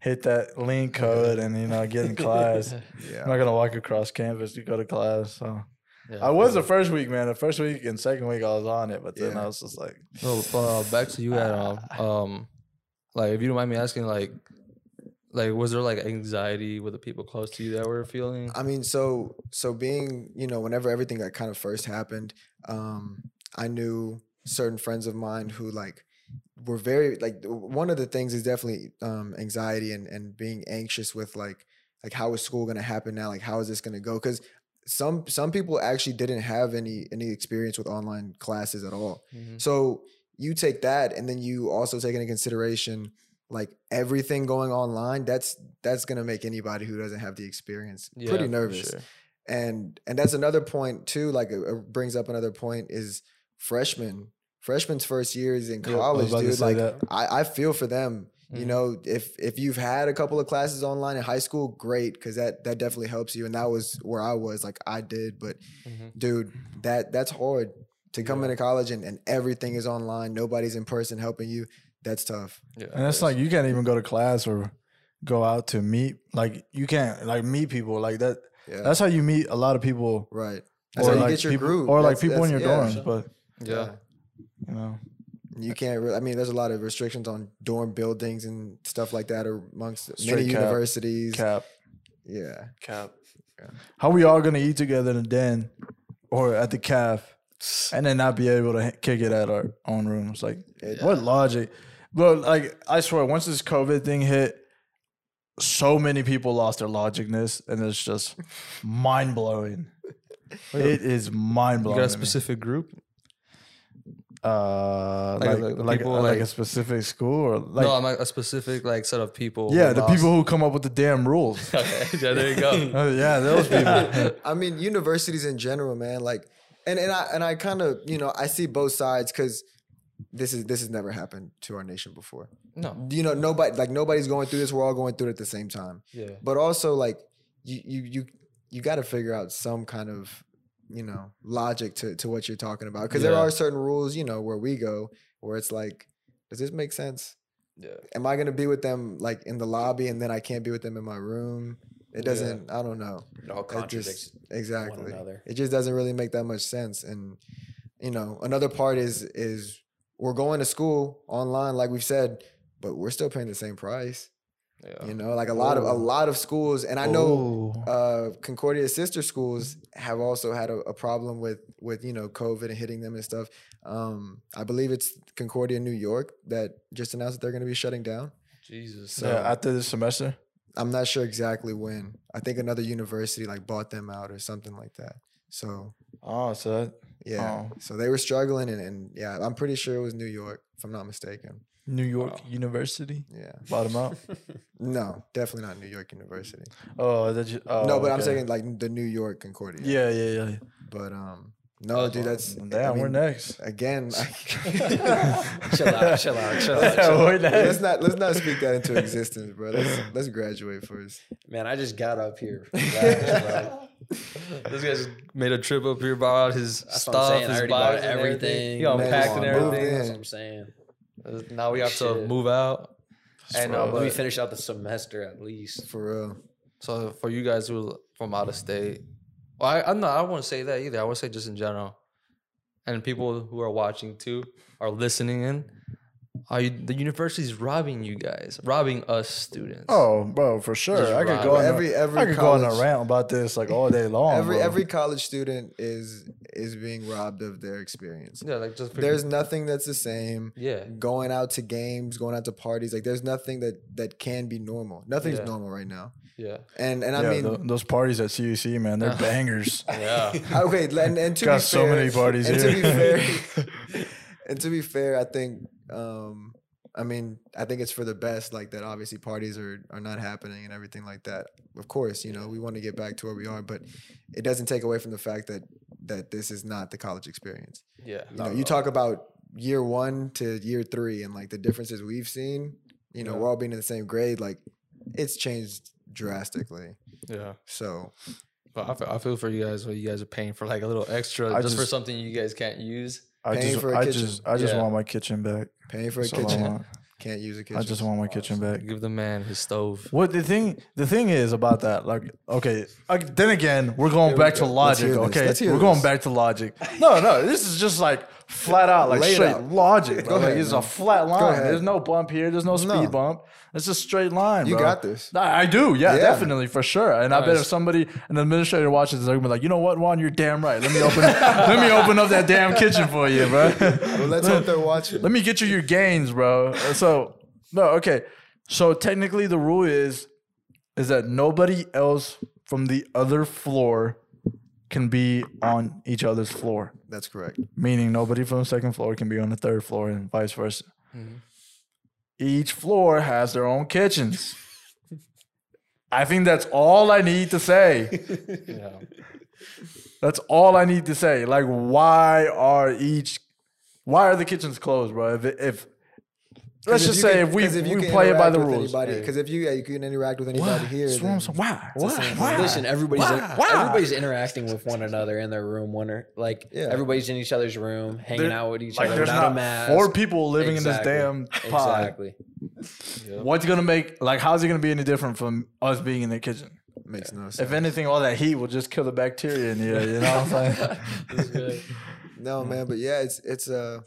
S4: hit that link code and you know get in class.
S2: yeah,
S4: I'm not gonna walk across campus to go to class. So
S5: Yeah,
S4: I was
S5: feel
S4: the first week, man. The first week and second week I was on it, but then
S2: Yeah.
S4: I was just like, "Ah,
S5: you. No, but, uh, back to you,
S2: Ah.
S5: Adam. Um, like, if you don't mind me asking, like, like was there like anxiety with the people close to you that were feeling?
S2: I mean, so so being, you know, whenever everything that kind of first happened, um, I knew certain friends of mine who like were very like w- one of the things is definitely um anxiety and and being anxious with like like how is school going to happen now? Like how is this going to go? Cuz some some people actually didn't have any any experience with online classes at all.
S4: Mm-hmm.
S5: Mhm.
S2: So you take that, and then you also take into consideration like everything going online. That's that's gonna make anybody who doesn't have the experience
S5: Yeah,
S2: pretty
S5: for
S2: nervous.
S4: sure.
S2: And and that's another point too. Like it, it brings up another point is freshmen. Freshmen's first years in
S4: I was
S2: college,
S4: about to
S2: dude.
S4: say
S2: Like
S4: that. Mm-hmm.
S2: I, I feel for them. You
S5: Mhm.
S2: know, if if you've had a couple of classes online in high school, great, because that that definitely helps you. And that was where I was. Like I did, but
S5: Mhm.
S2: dude that that's hard to come into college and, and everything is online nobody's in person helping you that's tough
S4: And
S5: Yeah,
S4: it's like you can't even go to class or go out to meet. Like you can't like meet people like that.
S2: yeah
S4: That's how you meet a lot of people.
S2: right that's how you
S4: like
S2: get your
S4: people,
S2: group
S4: or like
S2: That's-
S4: people in your
S2: that's-
S4: dorms,
S2: yeah.
S4: but
S5: yeah.
S4: you know,
S2: you can't really i mean there's a lot of restrictions on dorm buildings and stuff like that amongst many
S4: Straight cap.
S2: universities
S4: cap,
S2: yeah
S4: cap. How we all gonna eat together in a den or at the calf, and then not be able to h- kick it at our own rooms? Like what logic? But like I swear, once this COVID thing hit, so many people lost their logicness, and it's just mind blowing. It is mind
S5: You
S4: blowing.
S5: got a specific group?
S4: uh,
S5: Like,
S4: like like,
S5: the
S4: like,
S5: people,
S4: a
S5: like-
S4: specific school or like
S5: no, I'm like a specific like set of people.
S4: yeah, the
S5: lost-
S4: people who come up with the damn rules.
S5: okay, yeah, there you go.
S4: Oh, yeah, those people.
S2: I mean, universities in general, man. Like, and and I and I kind of you know I see both sides because this is this has never happened to our nation before.
S5: No.
S2: you know nobody like nobody's going through this. We're all going through it at the same time.
S5: Yeah.
S2: But also like you you you you got to figure out some kind of you know logic to to what you're talking about because there
S5: Yeah.
S2: are certain rules you know where we go where it's like does this make sense?
S5: Yeah.
S2: Am I going to be with them like in the lobby and then I can't be with them in my room? It
S5: Yeah.
S2: doesn't. I don't know
S1: It all
S2: it
S1: contradicts.
S2: just, exactly
S1: another.
S2: It just doesn't really make that much sense. And you know, another part is is we're going to school online, like we've said, but we're still paying the same price.
S5: Yeah.
S2: You know, like a lot of a lot of schools, and I know
S4: Ooh.
S2: uh, Concordia's sister schools have also had a, a problem with with you know COVID and hitting them and stuff. Um, I believe it's Concordia New York that just announced that they're going to be shutting down.
S5: Jesus.
S2: so-
S4: yeah, after this semester,
S2: I'm not sure exactly when. I think another university like bought them out or something like that. So
S4: oh, so that-
S2: Yeah.
S4: Oh.
S2: Um, So they were struggling, and, and yeah, I'm pretty sure it was New York, if I'm not mistaken.
S4: New York
S2: Oh.
S5: Wow.
S4: University,
S2: Yeah.
S4: bottom up.
S2: No, definitely not New York University.
S4: Oh, that you, oh
S2: no, but I'm
S4: okay.
S2: saying like the New York Concordia.
S4: yeah, yeah, yeah.
S2: But um, no, dude, that's I
S4: Damn, we're
S2: mean,
S4: next.
S2: again. like-
S1: chill out, chill out, chill out.
S4: Yeah,
S1: chill out.
S4: we're
S2: let's
S4: next.
S2: not let's not speak that into existence, bro. Let's let's graduate first.
S1: Man, I just got up here. That's
S5: This guy's made a trip up here, bought out his
S1: what I'm
S5: stuff,
S1: saying. I
S5: his
S1: already bought
S5: box,
S1: everything.
S5: He unpacked and
S2: Man, moved
S5: everything.
S1: That's
S2: in.
S1: what I'm saying.
S5: Uh, Now we have to
S1: Shit.
S5: move out.
S1: And
S4: rough.
S1: uh, let me finish out the semester at least.
S2: For real.
S5: So for you guys who are from out of state, well, I, I'm not. I wouldn't say that either. I would say just in general, and people who are watching too are listening in. Are you, the university's robbing you guys, robbing us students?
S4: Oh, bro, for sure. I could
S5: rock.
S4: go on
S2: Every-
S4: a,
S2: every
S4: I could go on
S2: college-
S4: a rant about this like all day long.
S2: every
S4: bro.
S2: every college student is is being robbed of their experience.
S5: Yeah, like just
S2: There's nothing that's the same.
S5: yeah.
S2: Going out to games, going out to parties, like there's nothing that that can be normal. Nothing's
S5: Yeah.
S2: normal right now.
S5: Yeah.
S2: And and I
S4: yeah,
S2: mean,
S4: tho- those parties at CUC, man, they're
S5: Yeah.
S4: bangers.
S5: Yeah.
S2: okay, and, and to
S4: Got
S2: be
S4: so
S2: fair,
S4: many parties
S2: and
S4: here.
S2: To be fair, and to be fair, I think, um, I mean, I think it's for the best. Like that, obviously, parties are are not happening and everything like that. Of course, you know, we want to get back to where we are, but it doesn't take away from the fact that that this is not the college experience.
S5: yeah.
S2: You know, you talk about year one to year three and like the differences we've seen. You know,
S5: Yeah.
S2: we're all being in the same grade. Like, it's changed drastically.
S5: Yeah.
S2: So
S5: But I feel, I feel for you guys where you guys are paying for like a little extra
S4: I
S5: just, for
S4: just-
S5: something you guys can't use.
S4: I
S2: Paying
S4: just,
S2: for a
S4: I
S2: kitchen.
S4: just, I just
S5: Yeah.
S4: want my kitchen back.
S2: paying for a
S4: That's all I
S2: kitchen
S4: want.
S2: can't use a kitchen.
S4: I just want my kitchen back.
S5: Give the man his stove.
S4: What the thing? The thing is about that. Like, okay, I, then again, we're going
S2: Here we
S4: back to
S2: go. Let's
S4: logic.
S2: hear this.
S4: Okay,
S2: Let's hear
S4: we're going
S2: this.
S4: back to logic. No, no, this is just like flat out, like
S2: Lay it
S4: straight
S2: out.
S4: logic.
S2: Go
S4: Bro. Like,
S2: ahead,
S4: it's
S2: man.
S4: a flat line.
S2: ahead.
S4: There's no bump here. There's no speed
S2: No.
S4: bump. It's a straight line.
S2: You
S4: bro.
S2: got this.
S4: I, I do. Yeah,
S2: Yeah.
S4: definitely for sure. And I bet if somebody, an administrator watches this, they're gonna be like, you know what, Juan, you're damn right. Let me open, let me open up that damn kitchen for you, bro.
S2: Well, let's hope they're watching.
S4: Let me get you your gains, bro. Uh, So no, okay. So technically, the rule is is that nobody else from the other floor can be on each other's floor.
S2: That's correct.
S4: Meaning, nobody from the second floor can be on the third floor, and vice versa. Each floor has their own kitchens. I think that's all I need to say.
S5: Yeah.
S4: That's all I need to say. Like, why are each, why are the kitchens closed, bro? If, if let's just say if we, we play it by the rules.
S2: Because if you yeah, you can interact with anybody here,
S4: That's what I'm
S2: then
S4: saying. Why? Why?
S1: Well,
S4: Why?
S1: Listen, everybody's
S4: Why?
S1: in-
S4: Why?
S1: everybody's interacting with one another in their room. One or, like
S2: Yeah.
S1: everybody's in each other's room, hanging
S4: There-
S1: out with each
S4: like,
S1: other
S4: there's
S1: without
S4: not
S1: a mask.
S4: four people living in this damn pod.
S1: Exactly.
S4: What's gonna make like how's it gonna be any different from us being in the kitchen?
S2: makes no sense.
S4: If anything, all that heat will just kill the bacteria in here. You know what I'm saying? Mm.
S2: no, man, but yeah, it's it's uh,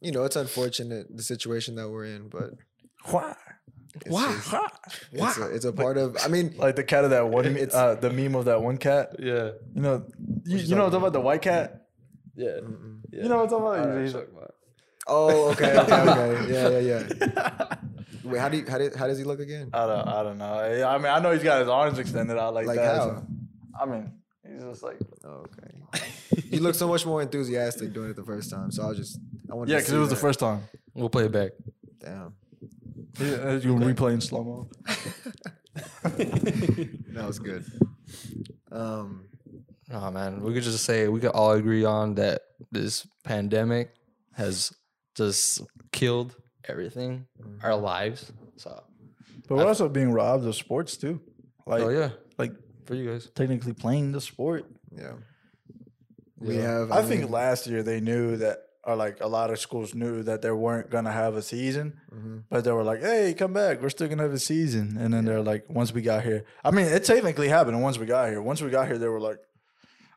S2: you know, it's unfortunate the situation that we're in, but
S4: Why? Why? Why?
S2: it's a, it's a part of. I mean,
S4: Like the cat of that one, uh, the meme of that one cat.
S5: Yeah.
S4: You know, you, you know what I'm talking about the white cat.
S5: Yeah.
S4: You know what I'm talking about.
S5: What you
S4: He's-
S5: talking about?
S2: oh, okay, okay, okay, yeah, yeah, yeah. Wait, how do you, how do, how does he look again?
S4: I don't, I don't know. Yeah, I mean, I know he's got his arms extended out Uh, like,
S2: Like
S4: that.
S2: how?
S4: I mean, he's just like
S2: Oh, okay, you look so much more enthusiastic doing it the first time. So I was just, I wanted
S4: yeah,
S2: to
S4: because
S2: see
S4: it was the
S2: that.
S4: first time.
S5: We'll play it back.
S2: Damn,
S4: Yeah, you can uh, replay in slow mo.
S2: that was good. Um,
S5: Oh man, we could just say we could all agree on that this pandemic has just killed everything, our lives. So,
S4: But we're also being robbed of sports too. Like,
S5: oh yeah,
S4: like
S5: for you guys.
S4: technically playing the sport.
S2: yeah. We have.
S4: I think
S2: mean,
S4: last year they knew that, or like a lot of schools knew that they weren't gonna have a season,
S2: mm-hmm.
S4: but they were like, "Hey, come back! We're still gonna have a season." And then they're like, "Once we got here, I mean, it technically happened. Once we got here, once we got here, they were like."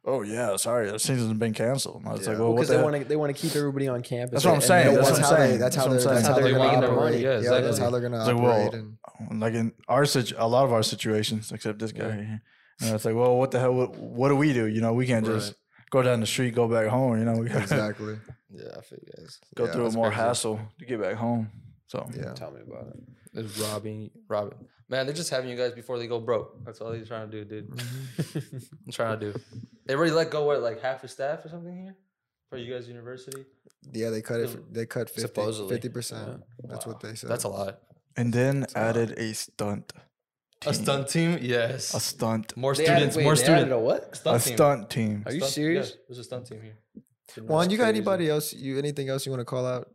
S4: Oh yeah, sorry, the season's been canceled. And I was like, well, what
S1: Because
S4: the
S1: they
S4: hell?
S1: want to they want to keep everybody on campus.
S4: That's what I'm
S1: and
S4: saying.
S1: they
S4: That's
S1: want-
S4: what I'm
S2: how they-
S4: saying.
S2: that's how
S4: That's
S2: they're.
S4: what I'm
S2: That's how
S5: saying.
S2: they're going
S5: That's how
S2: to
S5: they want
S2: operate.
S5: it. Yeah,
S2: Yeah, that's
S5: exactly.
S2: how they're going to
S4: It's like, well,
S2: operate. And
S4: like in our situ- a lot of our situations, except this guy. here. And it's like, well, what the hell? What, what do we do? You know, we can't just go down the street, go back home. You know, we gotta
S2: exactly.
S5: Yeah, I feel you guys.
S4: go
S2: Yeah,
S4: through
S2: that's
S4: more
S5: crazy.
S4: hassle to get back home. So
S2: Yeah.
S1: Tell me about it.
S5: It's robbing, robbing. Man, they're just having you guys before they go broke. That's all they're trying to do, dude. I'm trying to do. They already let go what, like half the staff or something here for you guys' university.
S2: Yeah, they cut it. f- They cut 50
S1: Supposedly.
S2: percent. That's what they said.
S5: That's a lot.
S4: and then added a stunt,
S5: A stunt team, yes.
S4: a stunt,
S5: more
S1: They
S5: students,
S1: added- wait,
S5: more
S1: they
S5: students.
S1: added a what?
S5: stunt
S4: a
S5: team.
S4: stunt team.
S1: Are you
S5: Stunt- yeah,
S1: serious?
S5: there's a stunt team here.
S2: Juan, you got
S5: Crazy.
S2: anybody else? You anything else you want to call out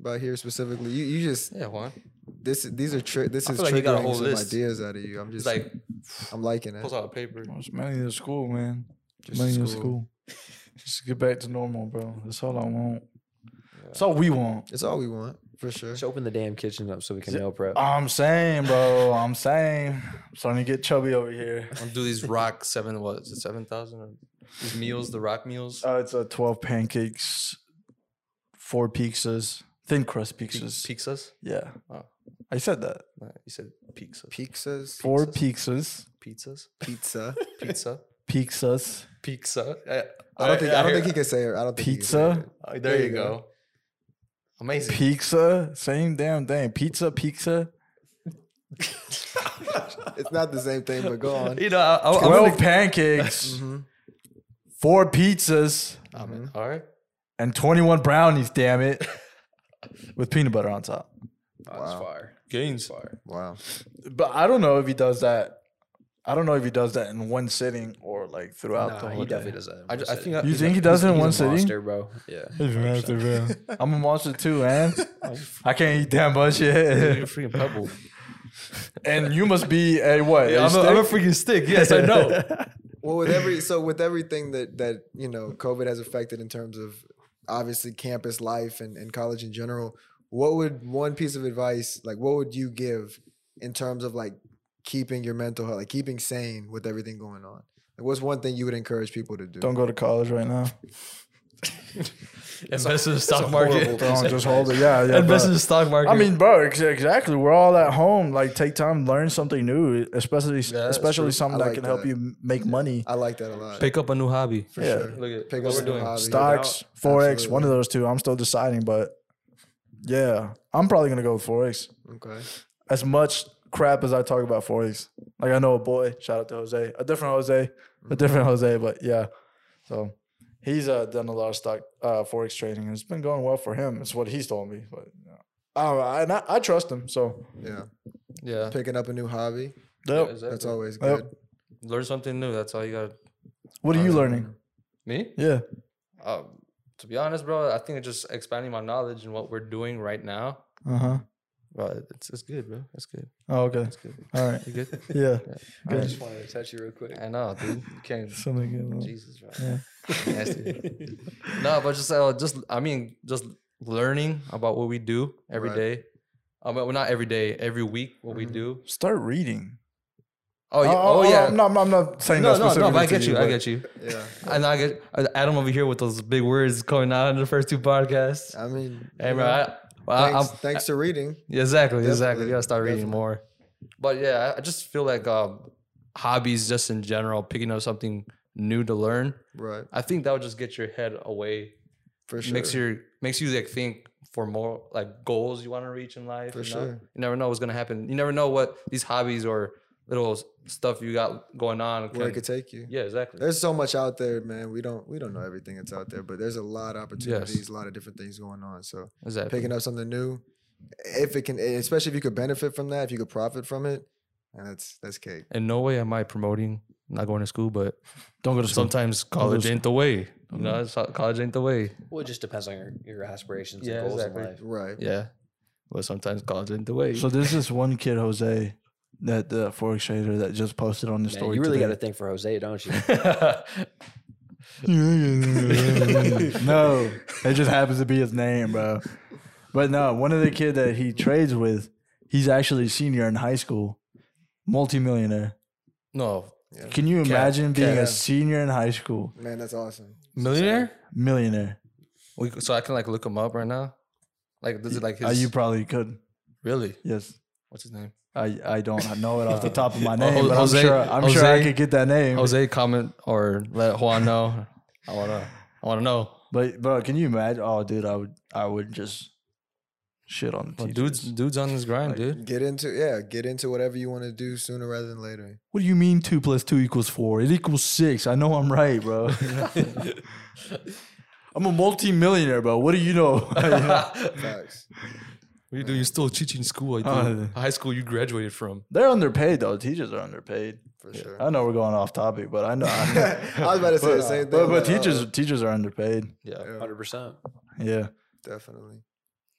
S2: about here specifically? You you just
S5: Yeah, Juan.
S2: this these are tri- this
S5: I
S2: is
S5: feel like you got a
S2: triggering
S5: whole
S2: some
S5: list.
S2: ideas out of you. I'm just
S5: It's like
S2: I'm liking it.
S5: pulls out a paper.
S4: It's mainly the school, man.
S2: Just
S4: mainly the school.
S2: school.
S4: Just get back to normal, bro. That's all I want. That's all we want.
S2: It's all we want for sure.
S1: Just open the damn kitchen up so we can meal prep.
S4: I'm saying, bro. I'm saying. I'm starting to get chubby over here.
S5: I'm do these rock seven what is it seven thousand or these meals, the rock meals.
S4: Uh, it's a 12 pancakes, four pizzas, thin crust pizzas.
S5: Pizzas.
S4: yeah.
S5: Oh.
S4: I said that.
S5: No, you said pizza.
S2: Pizzas,
S4: Four pizzas,
S5: Pizzas.
S2: pizza,
S5: Pizza.
S4: pizzas.
S5: Pizza. Eh,
S2: I don't think I don't
S5: hear-
S2: think he can say it. I don't think he can say
S4: Pizza?
S2: it.
S5: Oh, there, you go. Amazing.
S4: Pizza, same damn thing. Pizza, pizza.
S2: It's not the same thing, but go on.
S5: you know, I, I, I'm
S4: Twelve
S5: gonna-
S4: pancakes, four pizzas,
S5: I mean, Oh, all right.
S4: and twenty-one brownies. Damn it, with peanut butter on top.
S1: Oh, That's fire.
S5: Gains.
S1: Fire.
S2: Wow.
S4: But I don't know if he does that. I don't know if he does that in one sitting or like throughout the
S1: Nah,
S4: whole
S1: he
S4: day.
S1: definitely does that. in
S5: I,
S1: one
S5: ju- I
S1: sitting.
S5: think I-
S4: You
S5: he's
S4: think
S5: a-
S4: he does it in
S1: He's
S4: one
S1: a
S4: sitting?
S1: monster, bro. Yeah.
S4: I'm a monster too, man. I can't eat damn much shit.
S5: You're a freaking pebble.
S4: and you must be a what? a
S5: I'm, a, I'm a
S4: stick?
S5: freaking stick. Yes, I know.
S2: Well, with every so with everything that that you know COVID has affected in terms of obviously campus life and, and college in general, what would one piece of advice like what would you give in terms of like keeping your mental health, like keeping sane with everything going on? Like, what's one thing you would encourage people to do?
S4: Don't go to college right now.
S5: Invest in the stock market.
S4: Don't just hold it. Yeah, yeah.
S5: Invest
S4: bro.
S5: in the stock market.
S4: I mean, bro, ex- exactly. We're all at home. Like, take time, learn something new, especially
S5: that's
S4: especially
S5: true.
S4: something
S2: I
S4: that
S2: like
S4: can help
S2: that.
S4: you m- make money.
S2: I like that a lot.
S5: pick up a new hobby. For
S4: Yeah.
S5: Look at
S2: Pick
S5: what
S2: up
S5: we're
S2: a new
S5: doing.
S2: hobby.
S4: Stocks, forex, one of those two. I'm still deciding, but yeah, I'm probably gonna go with forex.
S2: Okay.
S4: As much crap as I talk about forex, like I know a boy. Shout out to Jose, a different Jose, a different Jose, but yeah. So he's uh, done a lot of stock uh, forex trading, and it's been going well for him. It's what he's told me, but. Yeah. I don't know, I- and I, I trust him. So,
S2: Yeah.
S5: Yeah.
S2: Picking up a new hobby.
S5: Yeah,
S4: Yep.
S2: That's
S5: exactly.
S2: always
S4: Yep.
S2: good.
S5: Learn something new. That's all you got.
S4: what are you learning?
S5: Me?
S4: Yeah,
S5: Uh, to be honest, bro, I think it's just expanding my knowledge and what we're doing right now.
S4: uh huh.
S5: Bro, it's, it's good, bro. That's good.
S4: Oh, okay.
S5: It's good.
S4: All right.
S5: You good?
S4: Yeah.
S1: I
S4: Good.
S1: just wanted to touch you real quick.
S5: I know, dude. You can't.
S4: Something good.
S5: Jesus, bro. Nasty. no, but just, uh, just, I mean, just learning about what we do every
S2: Right.
S5: day. Um, well, not every day, every week, what
S4: Mm-hmm.
S5: we do.
S4: Start reading.
S5: Oh, yeah. Oh, yeah.
S4: No, I'm, I'm not saying
S5: no,
S4: that
S5: no, no,
S4: specifically
S5: but I
S4: to
S5: get you. I
S4: but-
S5: get you.
S2: Yeah.
S5: And I get Adam over here with those big words coming out in the first two podcasts.
S2: I mean,
S5: Hey,
S2: you
S5: bro.
S2: know,
S5: I, well, I-
S2: thanks,
S5: I'm-
S2: thanks to reading.
S5: Yeah, exactly, exactly.
S2: Definitely,
S5: You gotta start reading
S2: definitely.
S5: more. But yeah, I- I just feel like um, hobbies, just in general, picking up something new to learn.
S2: Right.
S5: I think that would just get your head away,
S2: For sure.
S5: makes your makes you like think for more like goals you want to reach in life.
S2: For
S5: you know?
S2: sure.
S5: you never know what's gonna happen. You never know what these hobbies or little s- stuff you got going on.
S2: Where it
S5: can-
S2: could take you.
S5: yeah, exactly.
S2: There's so much out there, man. We don't we don't know everything that's out there, but there's a lot of opportunities, a lot of different things going on. So
S5: exactly.
S2: picking up something new, if it can, especially if you could benefit from that, if you could profit from it, and that's that's cake.
S5: in no way am I promoting not going to school, but
S4: Don't go to school.
S5: sometimes college ain't the way. You know, it's not- college ain't the way.
S1: Well, it just depends on your, your aspirations
S5: Yeah,
S1: and goals
S5: exactly.
S1: in life.
S2: Right.
S5: Yeah. But sometimes college ain't the way.
S4: So there's this one kid, Jose, that the forex trader that just posted on the
S1: Man,
S4: story.
S1: you really got to
S4: today.
S1: think for Jose, don't you?
S4: no, it just happens to be his name, bro. But no, one of the kid that he trades with, he's actually a senior in high school, multimillionaire.
S5: no.
S4: Can you imagine being
S5: yeah.
S4: a senior in high school,
S2: Man, that's awesome.
S5: Millionaire?
S4: millionaire?
S5: We, so I can like look him up right now. Like this is like his
S4: Uh, you probably could.
S5: really?
S4: Yes.
S5: What's his name?
S4: I, I don't know it off the top of my name,
S5: Ho-
S4: but I'm
S5: Oh, Jose-
S4: sure I'm sure I
S5: Jose-
S4: could get that name.
S5: Jose comment or let Juan know. I wanna I wanna know.
S4: But bro, can you imagine? Oh, dude, I would I would just shit on the
S5: Well,
S4: teacher.
S5: dude's dude's on his grind, dude.
S2: Get into yeah, get into whatever you want to do sooner rather than later.
S4: What do you mean two plus two equals four? It equals six. I know I'm right, bro. I'm a multimillionaire, bro. What do you know?
S2: Facts.
S5: What you do? You're still teaching school. I
S4: Uh,
S5: high school you graduated from.
S4: They're underpaid though. Teachers are underpaid.
S2: For sure.
S4: I know we're going off topic, but I know. I know.
S2: I was about to say the same thing.
S4: but
S2: I'm
S4: but
S2: like,
S4: teachers
S2: oh,
S4: teachers are underpaid.
S5: Yeah.
S1: Hundred percent.
S4: Yeah.
S2: definitely.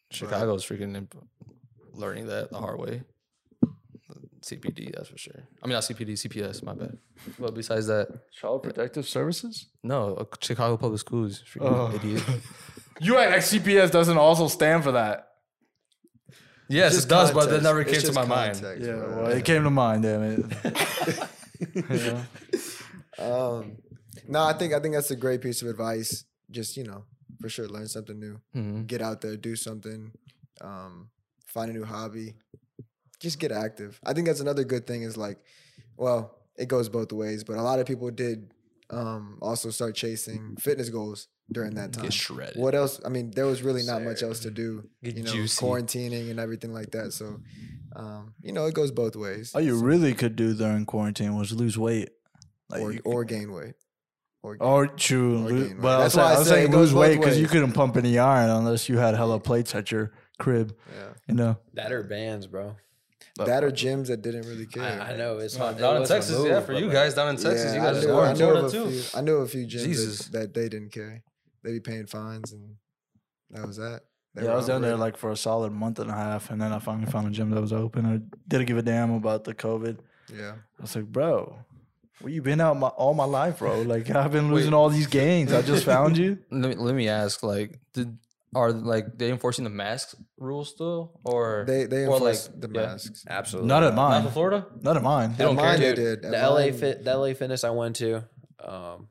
S5: Chicago's freaking imp- learning that the hard way. CPD, that's for sure. I mean, not CPD, CPS, my bad. But besides that,
S4: Child Oh, Protective Services.
S5: no, uh, Chicago Public Schools, freaking
S4: Oh.
S5: idiot.
S4: You act like CPS doesn't also stand for that.
S5: Yes,
S2: Just
S5: it does, but
S2: context.
S5: that never
S2: It's
S5: came to
S2: just
S5: my mind.
S2: context,
S4: Yeah,
S2: bro.
S4: well, it came to mind, damn it. Yeah.
S2: Um, no, I think I think that's a great piece of advice. Just you know, for sure, learn something new.
S5: Mhm.
S2: Get out there, do something. Um, find a new hobby. Just get active. I think that's another good thing. Is like, well, it goes both ways. But a lot of people did um, also start chasing fitness goals during that time.
S5: Get shredded.
S2: What else? I mean, there was really not much else to do.
S5: Get
S2: you know,
S5: juicy.
S2: quarantining and everything like that. So, um, you know, it goes both ways.
S4: All you really could do during quarantine was lose weight. Like
S2: or,
S4: you could- Oh,
S2: or gain weight. Or gain.
S4: Or true.
S2: Or
S4: Lo-
S2: gain weight.
S4: but I was
S2: That's why
S4: saying,
S2: I
S4: I was
S2: say
S4: saying
S2: it goes
S4: lose weight
S2: both
S4: because you
S2: ways.
S4: couldn't pump any iron unless you had hella plates at your crib.
S2: yeah.
S4: You know.
S1: That or bands, bro.
S4: But-
S2: that or gyms that didn't really care.
S1: I, I know it's hard. it
S5: down in
S1: wasn't a
S5: Texas, yeah,
S1: move,
S5: for
S1: but,
S5: you
S1: like,
S5: guys down in Texas,
S2: yeah,
S5: you guys
S2: I
S5: are
S2: know,
S5: scoring
S2: I know
S5: Florida,
S2: of a
S5: too.
S2: few. I know a few gyms
S5: Jesus.
S2: that, that they didn't care. They be paying fines, and that was that. They
S4: Yeah,
S2: were
S4: I was down there
S2: operating.
S4: like for a solid month and a half, and then I finally found a gym that was open. I didn't give a damn about the COVID.
S2: yeah.
S4: I was like, bro, where you been out my, all my life, bro? Like I've been losing
S5: Wait.
S4: all these gains. I just found you.
S5: Let me, let me ask, like, did are like they enforcing the mask rule still, or
S2: They they
S5: or,
S2: enforced the
S5: yeah.
S2: masks.
S1: Absolutely.
S4: Not at
S5: Not for
S4: mine.
S5: Florida.
S4: Not at mine.
S5: They don't
S2: At
S5: care,
S2: mine they
S5: dude.
S2: did. At
S1: The LA
S2: mine-
S1: fit, the LA Fitness I went to, um,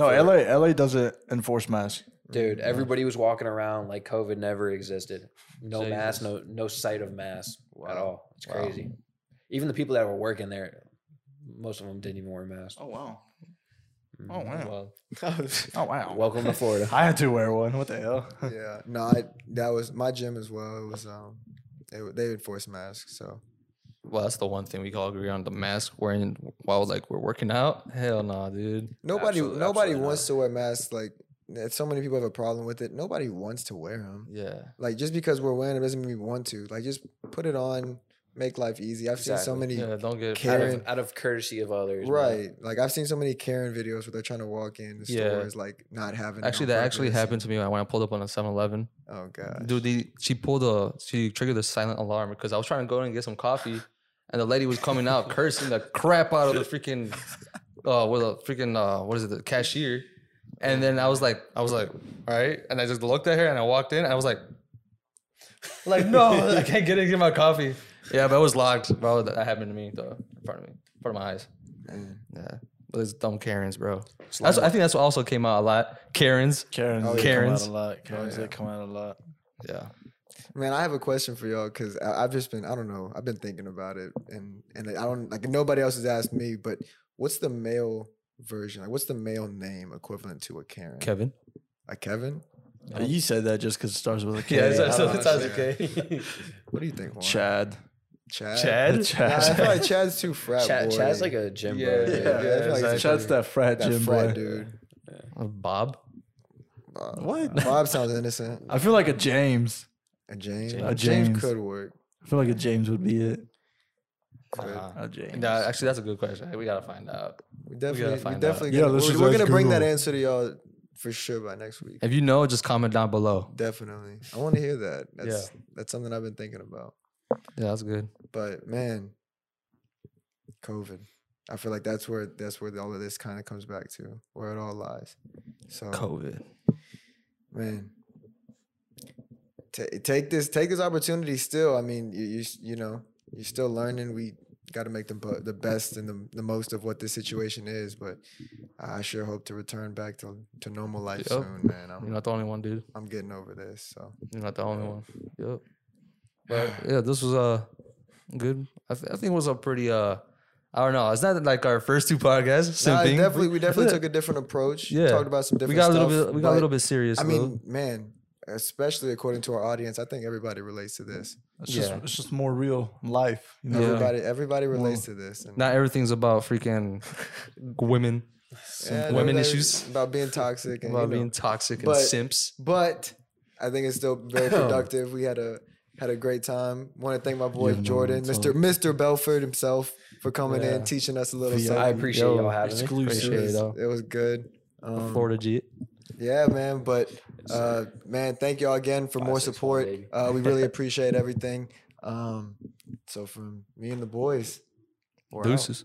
S4: No, LA LA doesn't enforce masks.
S2: Mm,
S1: dude, everybody was walking around like COVID never existed. No mask,
S5: Jesus.
S1: no no sight of mask at
S2: Wow.
S1: all. It's crazy. Even the people that were working there, most of them didn't even wear masks.
S4: Oh wow.
S1: Mhm.
S4: Oh wow.
S5: Well,
S4: Oh wow.
S1: Welcome to Florida.
S4: I had to wear one. What the hell?
S2: yeah, no, I, that was my gym as well. It was um, they would- they would force masks. So
S5: well, that's the one thing we can all agree on: the mask wearing while like we're working out. Hell no, dude.
S2: nobody
S5: Absolute-
S2: nobody
S5: absolutely
S2: wants to wear masks. Like that- so many people have a problem with it. Nobody wants to wear them.
S5: not. Yeah,
S2: Like just because we're wearing it doesn't mean we want to. Like just put it on, make life easy. I've seen so
S1: Exactly.
S2: many
S5: yeah. Don't get
S1: Out
S2: Karen-
S1: of, out of courtesy of others, man.
S2: Right. Like I've seen so many Karen videos where they're trying to walk in the
S5: Yeah.
S2: stores, like not having. it
S5: Actually,
S2: on
S5: that actually
S2: purpose.
S5: happened to me when I pulled up on a 7-Eleven.
S2: Oh god.
S5: Dude, the, she pulled a she triggered the silent alarm because I was trying to go in and get some coffee, and the lady was coming out cursing the crap out of the freaking, uh, with a freaking uh, what is it, the cashier, and then I was like, I was like, all right, and I just looked at her and I walked in and I was like, like no, I can't get in and get my coffee. Yeah, but it was locked, bro. That that happened to me though, in front of me, in front of my eyes. Yeah, but it's dumb Karens, bro. That's, I think that's what also came out a lot. Karens.
S4: Karens.
S5: yeah.
S4: They
S5: Karens.
S4: come out a lot. Karens. They come out a lot.
S5: Yeah.
S2: Man, I have a question for y'all because I've just been I don't know I've been thinking about it and and I don't like nobody else has asked me, but what's the male version? Like, what's the male name equivalent to a Karen?
S5: Kevin.
S2: A Kevin?
S4: Uh, You said that just because it starts with a K.
S5: Yeah, it's
S2: I
S5: it's-
S2: don't
S5: it's
S2: understand.
S5: okay.
S2: What do you think? Juan?
S4: Chad.
S2: Chad.
S4: Chad.
S2: Nah, I feel
S4: Chad.
S2: like Chad's too frat
S1: Chad,
S2: boy.
S1: Chad's like a gym
S5: Yeah,
S1: bro.
S2: yeah,
S5: yeah,
S2: I feel like he's
S4: Chad's that frat
S2: that
S4: gym
S2: frat
S4: boy.
S2: dude.
S5: Uh, Bob.
S2: Bob.
S4: What?
S2: Bob sounds innocent.
S4: I feel like a James.
S2: A James.
S5: James.
S2: James,
S4: James.
S2: could work.
S4: I feel like a James would be it.
S2: Could.
S5: Nah.
S4: A James.
S5: Nah, actually, that's a good question. We gotta find out.
S2: We definitely, we
S5: find out.
S2: definitely,
S4: Yeah,
S2: gonna,
S4: let's
S2: we're,
S4: just
S2: we're
S4: ask
S2: gonna bring that
S4: Google.
S2: answer to y'all for sure by next week.
S5: If you know, just comment down below.
S2: Definitely, I want to hear that. That's that's something I've been thinking about.
S5: Yeah, that's good.
S2: But man, COVID, I feel like that's where that's where all of this kind of comes back to, where it all lies. So
S5: COVID.
S2: man, ta take this take this opportunity. Still, I mean, you you, s- you know you're still learning. We got to make the bu- the best and the, the most of what this situation is. But I sure hope to return back to to normal life
S5: Yep.
S2: soon, man.
S5: You're
S2: I'm
S5: not the only one, dude.
S2: I'm getting over this. So
S5: You're not the only one. Yep. But yeah, this was uh, good. I, th- I think it was a pretty uh, I don't know. It's not like our first two podcasts.
S2: Nah,
S5: simping.
S2: definitely, we definitely took a different approach.
S5: Yeah.
S2: talked about some different.
S5: We got a little
S2: stuff,
S5: bit. We got a little
S2: but,
S5: bit serious.
S2: I
S5: though.
S2: mean, man, especially according to our audience, I think everybody relates to this.
S4: It's just
S5: Yeah.
S4: it's just more real life. You know?
S5: Yeah.
S2: Everybody, everybody relates to this. And
S5: not everything's about freaking women,
S2: Yeah, everybody-
S5: women issues,
S2: about being toxic and you
S5: about
S2: know.
S5: being toxic and
S2: But-
S5: simps.
S2: but I think it's still very productive. we had a had a great time. Want to thank my boy Jordan, Mr. Mr. Belford himself, for coming in, teaching us a little
S1: I
S2: something.
S1: appreciate
S5: Yo,
S1: y'all having me.
S4: exclusive.
S2: It
S5: Appreciate it,
S2: was,
S5: though.
S2: it was good. Um,
S5: Florida G.
S2: Yeah, man. But uh, man, thank y'all again for more
S1: six,
S2: support.
S1: baby.
S2: Uh, we really appreciate everything. Um, so from me and the boys, we're out.
S5: Deuces.